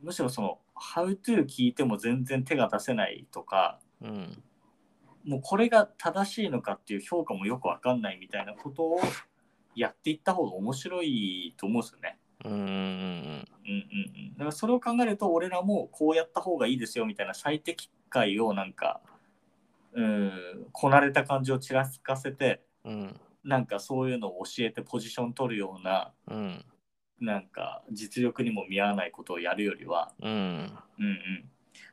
S2: むしろその「How to」聞いても全然手が出せないとか
S1: うん。
S2: もうこれが正しいのかっていう評価もよく分かんないみたいなことをやっていった方が面白いと思うんですよね。
S1: うん。
S2: うんうんうん、だからそれを考えると俺らもこうやった方がいいですよみたいな最適解をなんかうんこなれた感じをちらつかせて
S1: うん。
S2: なんかそういうのを教えてポジション取るような
S1: うん。
S2: なんか実力にも見合わないことをやるよりは、
S1: うん。
S2: うんうん、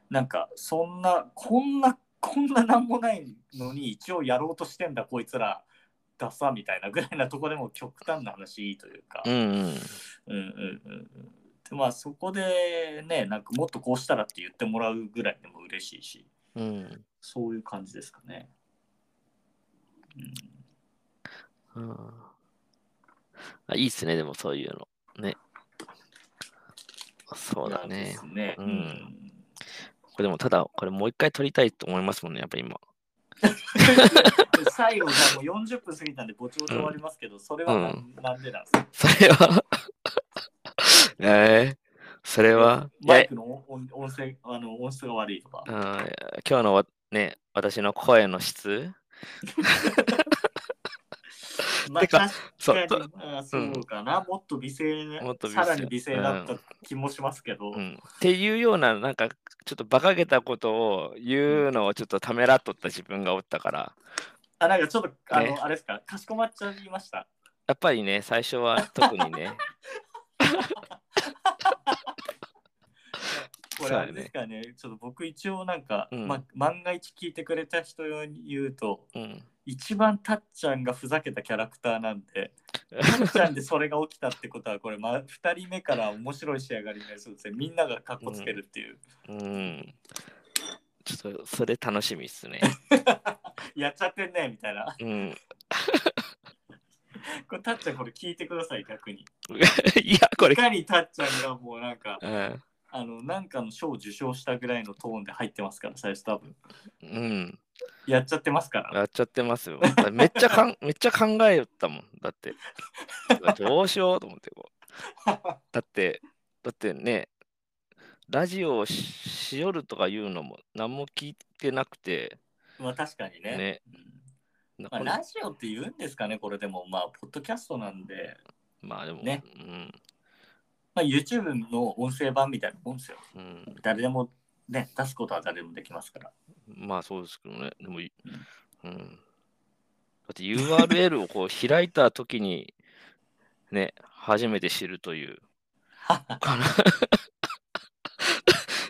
S2: なんかそんなこんなこんななんもないのに一応やろうとしてんだこいつらダサみたいなぐらいなとこでも極端な話いいというか。
S1: うん。
S2: うんうんうんうんでまあそこでねなんかもっとこうしたらって言ってもらうぐらいでも嬉しいし
S1: うん。
S2: そういう感じですかね。うん、
S1: あいいっすね、でもそういうの。ね。そうだ
S2: いやで
S1: ね
S2: す。ね。
S1: う
S2: うんん、
S1: これでもただ、これもう一回撮りたいと思いますもんね、やっぱり今。
S2: 最後じゃあもう40分過ぎたんでぼちぼち終わりますけど、それはな,、ん、なんでなんですか
S1: それは えー、それは、い
S2: マ
S1: や
S2: イクの音音音声あの音質が悪いとか
S1: う。ん今日のわね、私の声の質
S2: ま
S1: て
S2: あ
S1: か
S2: 確
S1: そ
S2: か
S1: う
S2: に、あそうかな、もっと美声ね
S1: もっと美声
S2: さらに美声だった気もしますけど、
S1: うん。っていうような、なんか、ちょっと馬鹿げたことを言うのをちょっとためらっとった自分がおったから、
S2: あなんかちょっとあの、
S1: ね
S2: あれですかかしこまっちゃいました
S1: やっぱりね、最初は特にね、
S2: これあれですかねちょっと僕一応なんか、
S1: うん
S2: ま、万が一聞いてくれた人用に言うと
S1: うん。
S2: 一番たっちゃんがふざけたキャラクターなんでたっちゃんでそれが起きたってことはこれ、ま、2人目から面白い仕上がりになりそうですねみんながかっこつけるっていう、
S1: うん。ちょっと、それ楽しみっすね。
S2: やっちゃってんねみたいな
S1: うん。
S2: これたっちゃんこれ聞いてください逆に
S1: いや、こ
S2: い
S1: れ、
S2: かにたっちゃんがもうなんか
S1: うん。
S2: あのなんかの賞を受賞したぐらいのトーンで入ってますから最初多分
S1: うん。
S2: やっちゃってますから
S1: やっちゃってますよ。めっちゃか ん、めっちゃ考えよったもん。だって。どうしようと思ってこう。だって、だってね、ラジオをししよるとかいうのも何も聞いてなくて、
S2: まあ確かにね
S1: ね
S2: うん
S1: な
S2: まあ、
S1: この
S2: ラジオって言うんですかね、これでも、まあ、ポッドキャストなんで、
S1: まあでも、
S2: ね
S1: うん、
S2: まあ、YouTube の音声版みたいなもんですよ。
S1: うん、
S2: 誰でも、ね、出すことは誰でもできますから。
S1: まあそうですけどね、でもい、
S2: うん
S1: うん。だって URL をこう開いたときに、ね、初めて知るという。この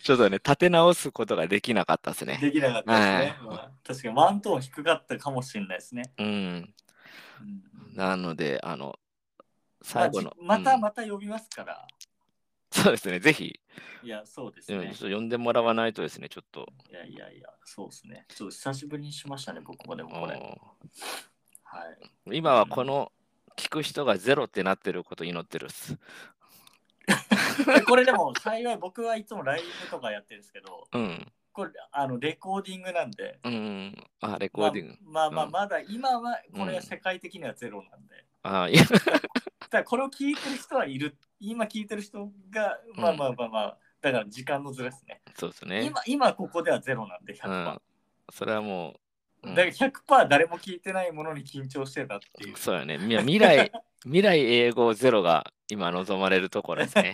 S1: ちょっとね、立て直すことができなかったですね。
S2: できなかったですね。
S1: はい
S2: まあ確かにワントーン低かったかもしれないですね。
S1: うん。
S2: うん
S1: なので、あの、
S2: ま
S1: 最
S2: あ
S1: 後
S2: じ
S1: の。
S2: ま
S1: う
S2: た
S1: ん
S2: また呼びますから。
S1: そうですね、ぜひ、
S2: いや、そうです
S1: うん、
S2: ね
S1: ち。ょっと呼んでもらわないとですね、ちょっと。
S2: いやいやいや、そうですね。ちょっと久しぶりにしましたね、僕もでもこれ。はい。
S1: あー今はこの、聞く人がゼロってなってることを祈ってるっす。
S2: でこれでも、幸い僕はいつもライブとかやってるんですけど、
S1: うん。
S2: これ、あの、レコーディングなんで、
S1: うん。あ、レコーディング。
S2: まあまあ
S1: うん
S2: まあ、まだ今はこれ
S1: う
S2: は
S1: ん
S2: 世界的にはゼロなんで、
S1: あーいや、
S2: だからこれを聞いてる人はいる今聞いてる人がまあまあまあまあだから時間のずれですね
S1: そうですね。
S2: 今今ここではゼロなんで
S1: う
S2: 100%
S1: ん、、それはもう、うん
S2: だから100%誰も聞いてないものに緊張してたっていう
S1: そうやね。み 未来、未来英語ゼロが今望まれるところで すね。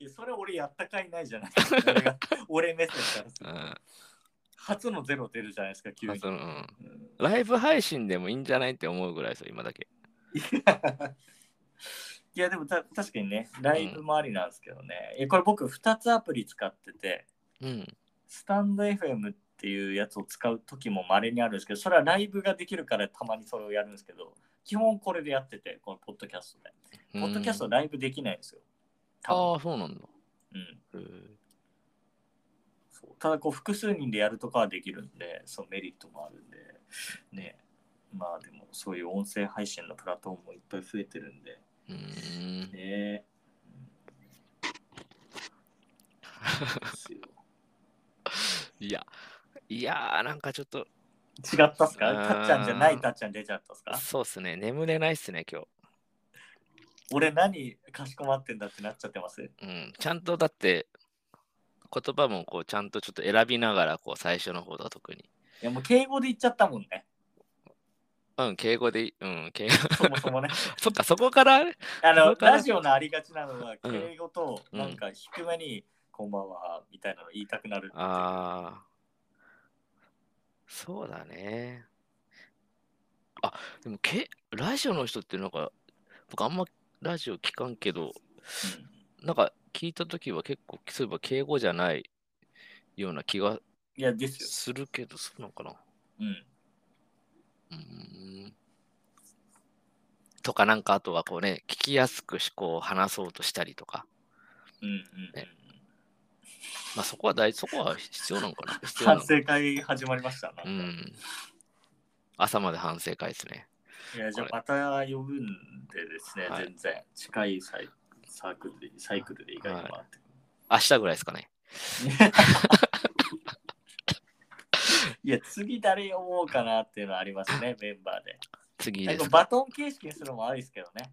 S2: いやそれ俺やったかいないじゃ ないですか俺が俺目線からす
S1: う
S2: る
S1: ん。
S2: 初のゼロ出るじゃないですか急
S1: まあ
S2: に
S1: そのうん
S2: うん
S1: ライブ配信でもいいんじゃないって思うぐらいですよ、今だけ。
S2: いやいやでもた確かにねライブもありなんですけどね、えこれ僕2つアプリ使ってて
S1: うん。
S2: スタンド FM っていうやつを使う時もまれにあるんですけどそれはライブができるからたまにそれをやるんですけど基本これでやっててこのポッドキャストでポッドキャスト
S1: うん
S2: ライブできないんですよ多分
S1: ああ、そうなんだ。
S2: うん、
S1: へー
S2: そうただこう複数人でやるとかはできるんでそのメリットもあるんでねまあでもそういう音声配信のプラットフォームもいっぱい増えてるんで
S1: うーん。
S2: ねそうですよ
S1: いや、いやー、なんかちょっと、
S2: 違ったっすかた
S1: あー
S2: っちゃんじゃないたっちゃん出ちゃったっすか
S1: そうっすね、眠れないっすね、今
S2: 俺何かしこまってんだってなっちゃってます
S1: 日。うん。ちゃんと、だって、言葉もこう、ちゃんとちょっと選びながら、こう、最初の方だ、特に。
S2: いやもう敬語で言っちゃったもんね。
S1: うん、敬語でいい、うん、敬語。
S2: そもそも ね。
S1: そっか、そこから、
S2: あ
S1: そ
S2: の
S1: う、かな
S2: ラジオのありがちなのは、
S1: うん
S2: 敬語となんか低めに、こんばんはみたいなの言いたくなるっていう。
S1: ああ。そうだね。あ、でもけ、ラジオの人ってなんか、僕あんまラジオ聞かんけど、
S2: うん
S1: なんか聞いたときは結構、そういえば敬語じゃないような気が
S2: いや、ですよ。
S1: するけど、そうなのかな。
S2: うん。
S1: うーん。とか、なんかあとはこうね、聞きやすくしこう話そうとしたりとか、
S2: うんうんうん
S1: ねまあそこは大、そこは必要なのかな。必要
S2: 反
S1: なのか
S2: 省会始まりましたな。
S1: な。うん。朝まで反省会ですね。
S2: いや、じゃあまた呼ぶんでですね、
S1: はい
S2: 全然。近いサイサークルで、サイクルで意外と回って。
S1: 明日ぐらいですかね。
S2: いや、次誰呼ぼうかなっていうのはありますね、メンバーで。
S1: 次
S2: なん
S1: で
S2: か
S1: すか。
S2: バトン形式にするのもありですけどね。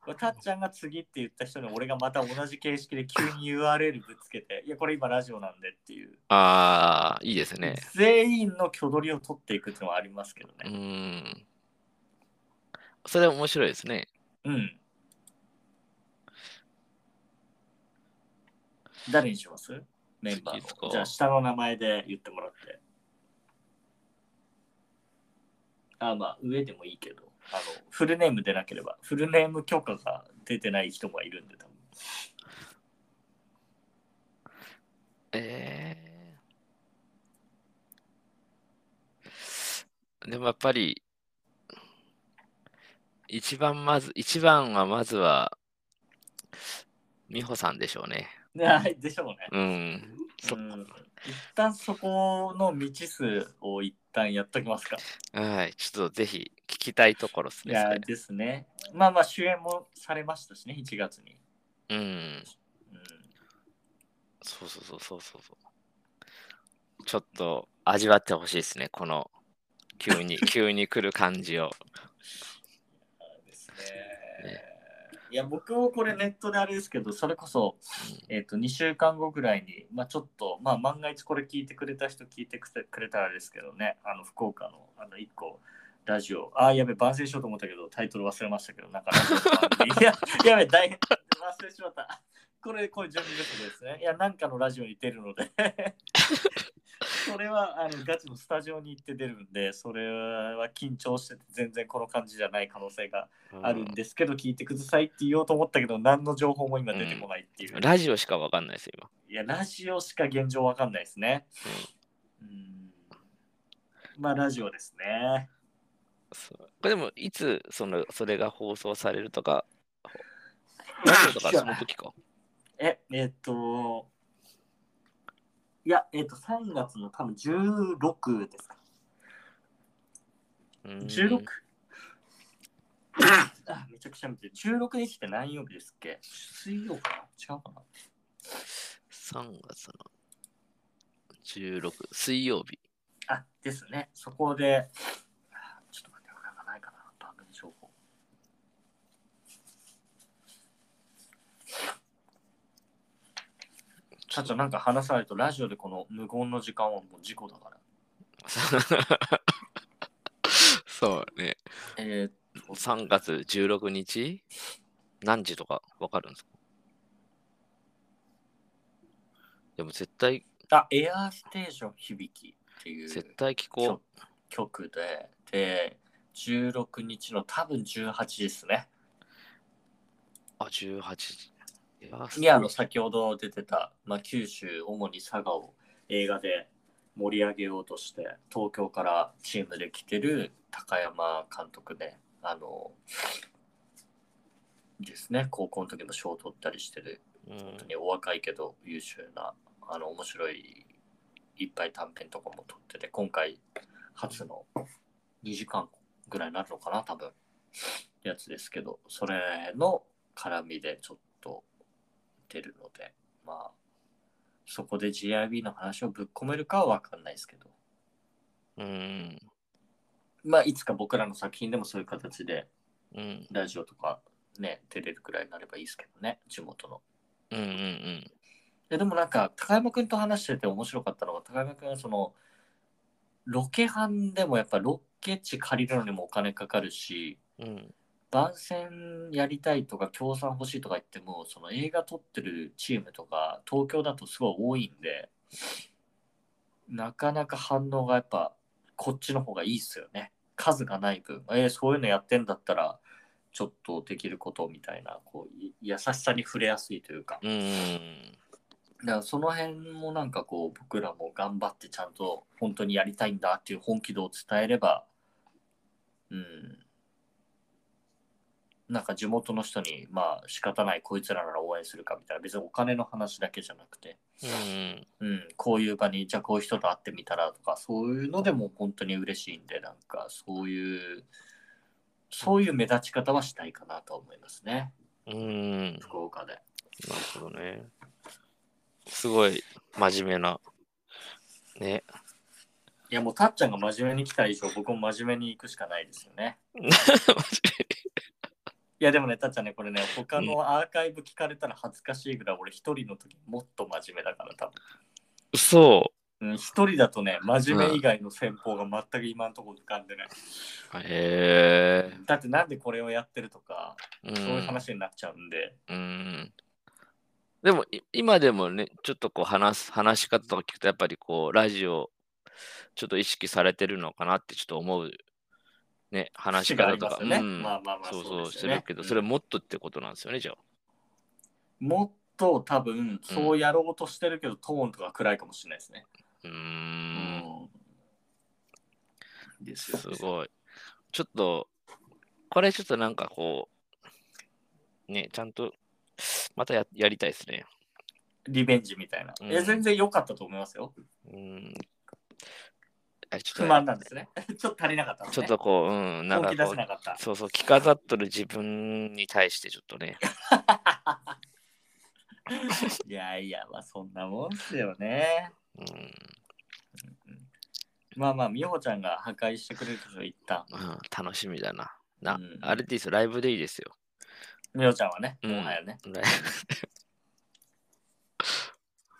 S2: これたっちゃんが次って言った人に俺がまた同じ形式で急に URL ぶつけて、いや、これ今ラジオなんでっていう。
S1: ああ、いいですね。
S2: 全員の挙取りを取っていくっていうのはありますけど
S1: うー
S2: ね。
S1: ん。それは面白いですね。
S2: うん。誰にしますメンバ
S1: 次です
S2: ー
S1: か
S2: の。じゃあ下の名前で言ってもらって。あ、まあ上でもいいけど、あのフルネームでなければ、フルネーム許可が出てない人もいるんで、多分。
S1: えーでもやっぱり、一番まず、一番はまずは、美穂さんでしょうね。
S2: はい、でしょうね。
S1: うん。そ
S2: うん、一旦そこの未知数を一旦やっときますか。
S1: はい。ちょっとぜひ聞きたいところです
S2: い
S1: ね。そ
S2: や
S1: れ
S2: ですね。まあまあ主演もされましたしね、1月に。
S1: うん。
S2: うん、
S1: そうそうそうそうそうそう。ちょっと味わってほしいですね、この 急に、急に来る感じを。
S2: ですね。いや、僕もこれネットであれですけど、それこそ、えっ、と、2週間後ぐらいに、まあちょっと、まあ万が一これ聞いてくれた人聞いてくくれたらあれですけどね、あの、福岡の、あの、1個、ラジオ、あー、やべ、番宣しようと思ったけど、タイトル忘れましたけど、なんかラジオの番組、いや、やべ、大変、忘れしまった。これ、これ準備不足ですね。いや、なんかのラジオに出るので。それはあのガチのスタジオに行って出るんで、それは緊張してて全然この感じじゃない可能性があるんですけど、聞いてくださいって言おうと思ったけど、何の情報も今出てこないっていう。
S1: うんラジオしかわかんないですよ、今。
S2: いや、ラジオしか現状わかんないですね。うん。まあ、ラジオですね。
S1: そうこれでも、いつそのそれが放送されるとか、ラジオとかその時か。
S2: え、えっと、いや、えっと、3月の多分16ですか。
S1: うん
S2: 16? あ、めちゃくちゃ見てる。16日って何曜日ですっけ水曜かな違うかな
S1: ?3 月の16、水曜 日。
S2: あ、ですね。そこで、あちょっと待って、なんかないかな、番組情報。ちょっとなんか話さないと、ラジオでこの無言の時間はもう事故だから。
S1: そうね。
S2: え
S1: 3月16日何時とかわかるんですかでも絶対、
S2: ー、あ、エアーステーション響きっていう。
S1: 絶対聞
S2: 曲
S1: こ
S2: 曲で、で、16日の多分18時ですね。
S1: う。あ、18時。いや
S2: いや、あの、先ほど出てた、まあ、九州、主に佐賀を映画で盛り上げようとして、東京からチームで来てる高山監督で、あの、ですね、高校の時も賞を取ったりしてる、
S1: うん
S2: 本当にお若いけど優秀な、あの、面白い、いっぱい短編とかも撮ってて、今回、初の2時間ぐらいになるのかな、多分、やつですけど、それの絡みでちょっと出るので、まあ、そこで GIB の話をぶっ込めるかは分かんないですけど、
S1: うん。
S2: まあ、いつか僕らの作品でもそういう形で、
S1: うん。
S2: ラジオとかね、出れるくらいになればいいですけどね、地元の。
S1: うん。うん。
S2: ででもなんか、高山くんと話してて面白かったのが、高山くんはその、ロケ班でもやっぱロケ地借りるのにもお金かかるし、
S1: うん。うん。
S2: 番宣やりたいとか協賛欲しいとか言ってもその映画撮ってるチームとか東京だとすごい多いんでなかなか反応がやっぱこっちの方がいいっすよね数がない分えーそういうのやってんだったらちょっとできることみたいなこうい優しさに触れやすいというか
S1: うん。うん。
S2: だからその辺もなんかこう僕らも頑張ってちゃんと本当にやりたいんだっていう本気度を伝えればうんなんか地元の人にまあ仕方ないこいつらなら応援するかみたいな別にお金の話だけじゃなくて、
S1: う
S2: う
S1: ん。
S2: ん、こういう場にじゃあこういう人と会ってみたらとかそういうのでも本当に嬉しいんでなんかそういうそういう目立ち方はしたいかなと思いますね
S1: うん。なる
S2: 福岡で。
S1: ほどね。すごい真面目な。ね。
S2: いやもうたっちゃんが真面目に来た以上僕も真面目に行くしかないですよね。いやでもねたっちゃんねこれね他のアーカイブ聞かれたら恥ずかしいぐらい俺一人の時もっと真面目だから多
S1: そ
S2: 分。うん、一人だとね真面目以外の戦法が全く今のところ浮かんでない。
S1: う。へえ。
S2: だってなんでこれをやってるとか
S1: う。
S2: そういうん話になっちゃうんで。
S1: うん。でも、い今でもね、ちょっとこう話す、話し方とか聞くと、やっぱりこう、ラジオ、ちょっと意識されてるのかなってちょっと思う、ね、話し
S2: 節があ
S1: 方
S2: り
S1: と
S2: ます
S1: か、
S2: よね
S1: うん
S2: まあまあまあ
S1: そう
S2: そう
S1: そう、
S2: ですよね
S1: してるけど、
S2: うん
S1: それもっとってことなんですよね、じゃあ。
S2: もっと多分そうやろうとしてるけど、トーンとか暗いかもしれないですね。
S1: うー、
S2: うんん。ですよ
S1: すごい。ちょっと、これちょっとなんかこう、ね、ちゃんと、またややりたいですね。
S2: リベンジみたいな。
S1: うん
S2: え全然良かったと思いますよ。
S1: うん。あちょっと
S2: 不満なんですね。ちょっと足りなかったのね。
S1: ちょっとこう、うん、なん
S2: 本
S1: か
S2: 気出
S1: こ
S2: せ
S1: う、
S2: なかった。
S1: そうそう、着飾っとる自分に対してちょっとね。
S2: いやいや、まあそんなもんっすよね。
S1: うん。
S2: まあまあ、美穂ちゃんが破壊してくれると一旦。
S1: うん楽しみだな。な、
S2: うん
S1: あれでいいですよ。ライブでいいですよ。
S2: 美穂ちゃんはね、
S1: うん
S2: もはやね。
S1: ライ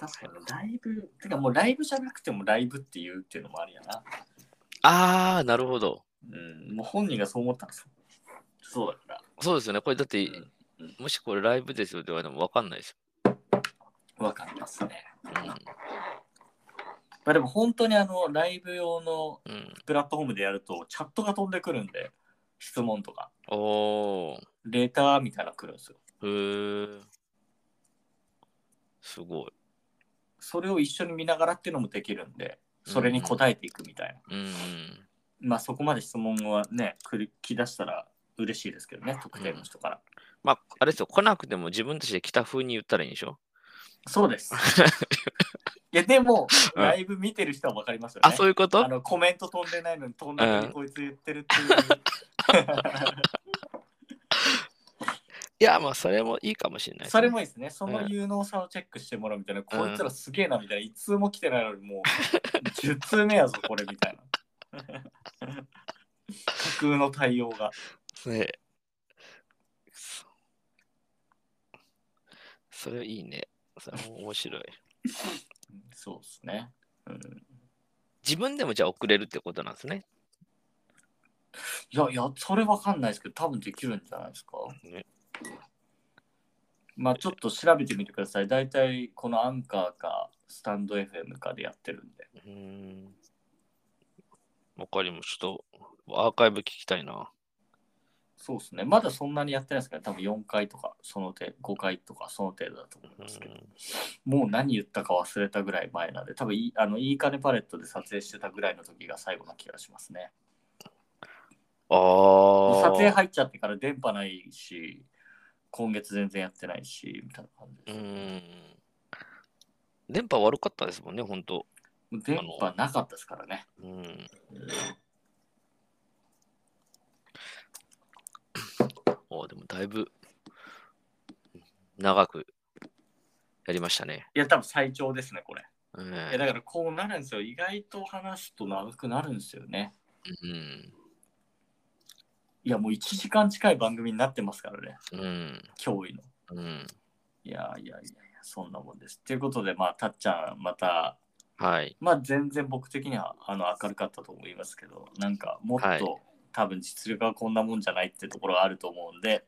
S2: 確かにライブ、てかもうライブじゃなくてもライブっていうっていうのもありやな。
S1: あー、なるほど。
S2: うん、もう本人がそう思ったらそう。そうだから。
S1: そうですよね。これだって、
S2: んうん
S1: もしこれライブですよって言われても分かんないです
S2: わかりますね。
S1: よ。
S2: まあでも本当にあの、ライブ用の
S1: うん。うん、
S2: プラットフォームでやると、チャットが飛んでくるんで、質問とか、
S1: おー。
S2: レーターみたいなの来るんですよ。
S1: へー。すごい。
S2: それを一緒に見ながらっていうのもできるんで、それに答えていくみたいな。
S1: うん。
S2: まあそこまで質問はね、くるき出したら嬉しいですけどね、特定の人から。
S1: まあ、あれですよ。来なくても自分たちで来た風に言ったらいいんでしょ
S2: そうです。 いや、でも、
S1: うん
S2: ライブ見てる人は分かりますよね。
S1: あ、そういうこ
S2: あ
S1: と
S2: のコメント飛んでないのに飛んだの
S1: うん
S2: にこいつ言ってるって いう。
S1: いや、まあ、それもいいかもしれないです
S2: そ
S1: ね、
S2: れもいいですね。その有能さをチェックしてもらうみたいな、こいつらすげえなみたいな、いつも来てないのにもう10通目やぞ、これみたいな。 架空の対応が。
S1: ねえ。そそれいいね。それも面白い。
S2: うんそうですね。うん
S1: 自分でもじゃあ送れるってことなんですね。
S2: いやいや、それわかんないですけど、多分できるんじゃないですか。
S1: ね
S2: まあちょっと調べてみてください。大体このアンカーかスタンド FM かでやってるんで。
S1: うーん。わかりもちょっとアーカイブ聞きたいな。
S2: そうですね。まだそんなにやってないですから、多分4回とか、その程度、5回とか、その程度だと思いますけど、もう何言ったか忘れたぐらい前なんで、多分いい、あの、いい金パレットで撮影してたぐらいの時が最後な気がしますね。
S1: あ
S2: もう
S1: あ。
S2: 撮影入っちゃってから電波ないし、今月全然やってないし、みたいな感じ
S1: う
S2: です。
S1: ん。電波悪かったですもんね、本当。
S2: もう電波なかったですからね。
S1: うん。おでもだいぶ長くやりましたね。
S2: いや、多分最長ですね、これ。
S1: うん。
S2: いや、だからこうなるんですよ。意外と話すと長くなるんですよね。
S1: うん。
S2: いや、もう1時間近い番組になってますからね、
S1: うん。
S2: 驚異の。
S1: うん。
S2: いやいやいやいや、そんなもんです。ということで、まあ、たっちゃん、また、
S1: はい。
S2: まあ、全然僕的にはあの明るかったと思いますけど、なんか、もっと、
S1: はい
S2: 多分実力はこんなもんじゃないってところがあると思うんで、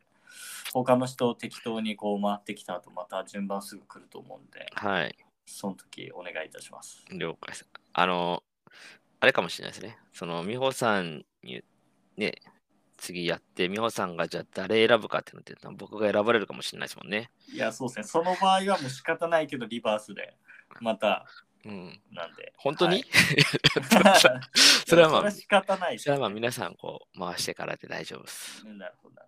S2: 他の人を適当にこう回ってきた後、また順番すぐ来ると思うんで、
S1: はい。
S2: その時お願いいたします。
S1: 了解です。あの、あれかもしれないですね。その、美穂さんに、ね、次やって、美穂さんがじゃあ誰選ぶかってなって、僕が選ばれるかもしれないですもんね。
S2: いや、そうですね。その場合はもう仕方ないけど、リバースで、また、
S1: うん。
S2: なんで。
S1: 本当に、
S2: はい
S1: それはまあ、
S2: 仕方ないです
S1: それはまあ皆さんこう回してからで大丈夫です。
S2: ねなるほどな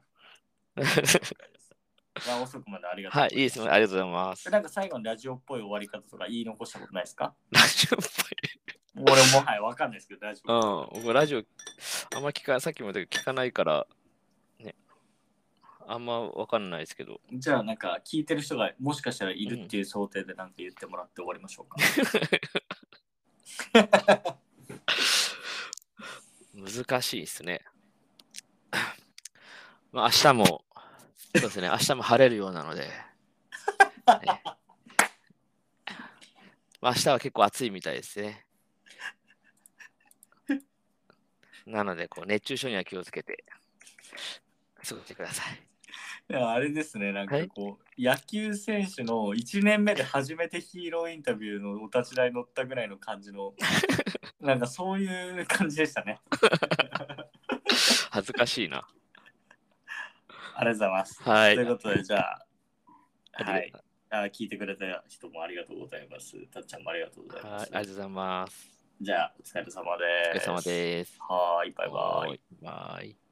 S2: るほど。了解ですまあ、遅くまでありがとう
S1: は
S2: ござ
S1: い、いいですね。ありがとうございます。
S2: なんか最後にラジオっぽい終わり方とか言い残したことないですか
S1: ラジオっ
S2: 俺も はい、わかんないですけど、大丈
S1: ぽ
S2: 夫。
S1: い。うん、僕ラジオ、あんま聞かさっきも言ったけど聞かないから、ね、あんまわかんないですけど、
S2: じゃあ、なんか聞いてる人がもしかしたらいるっていう想定でなんか言ってもらって終わりましょうか。
S1: 難しいですね。 まあ明日も、そうですね、明日も晴れるようなので、ねまあ明日は結構暑いみたいですね。なので、こう熱中症には気をつけて過ごしてください。
S2: いやあれですね、なんか
S1: はい
S2: こう、野球選手の1年目で初めてヒーローインタビューのお立ち台に乗ったぐらいの感じ の、なんかそういう感じでしたね。
S1: 恥ずかしいな。
S2: ありがとうございます。
S1: はい
S2: ということで、じゃあ、
S1: ありが
S2: はい。あ聞いてくれた人もありがとうございます。たっちゃんもありがとうござい
S1: はい、あ
S2: ま
S1: り
S2: す。
S1: がとうございます。
S2: じゃあ、お疲れ様
S1: お疲
S2: で
S1: れ
S2: す。
S1: 様です。
S2: はーい、バイバイ。
S1: イ。バイ。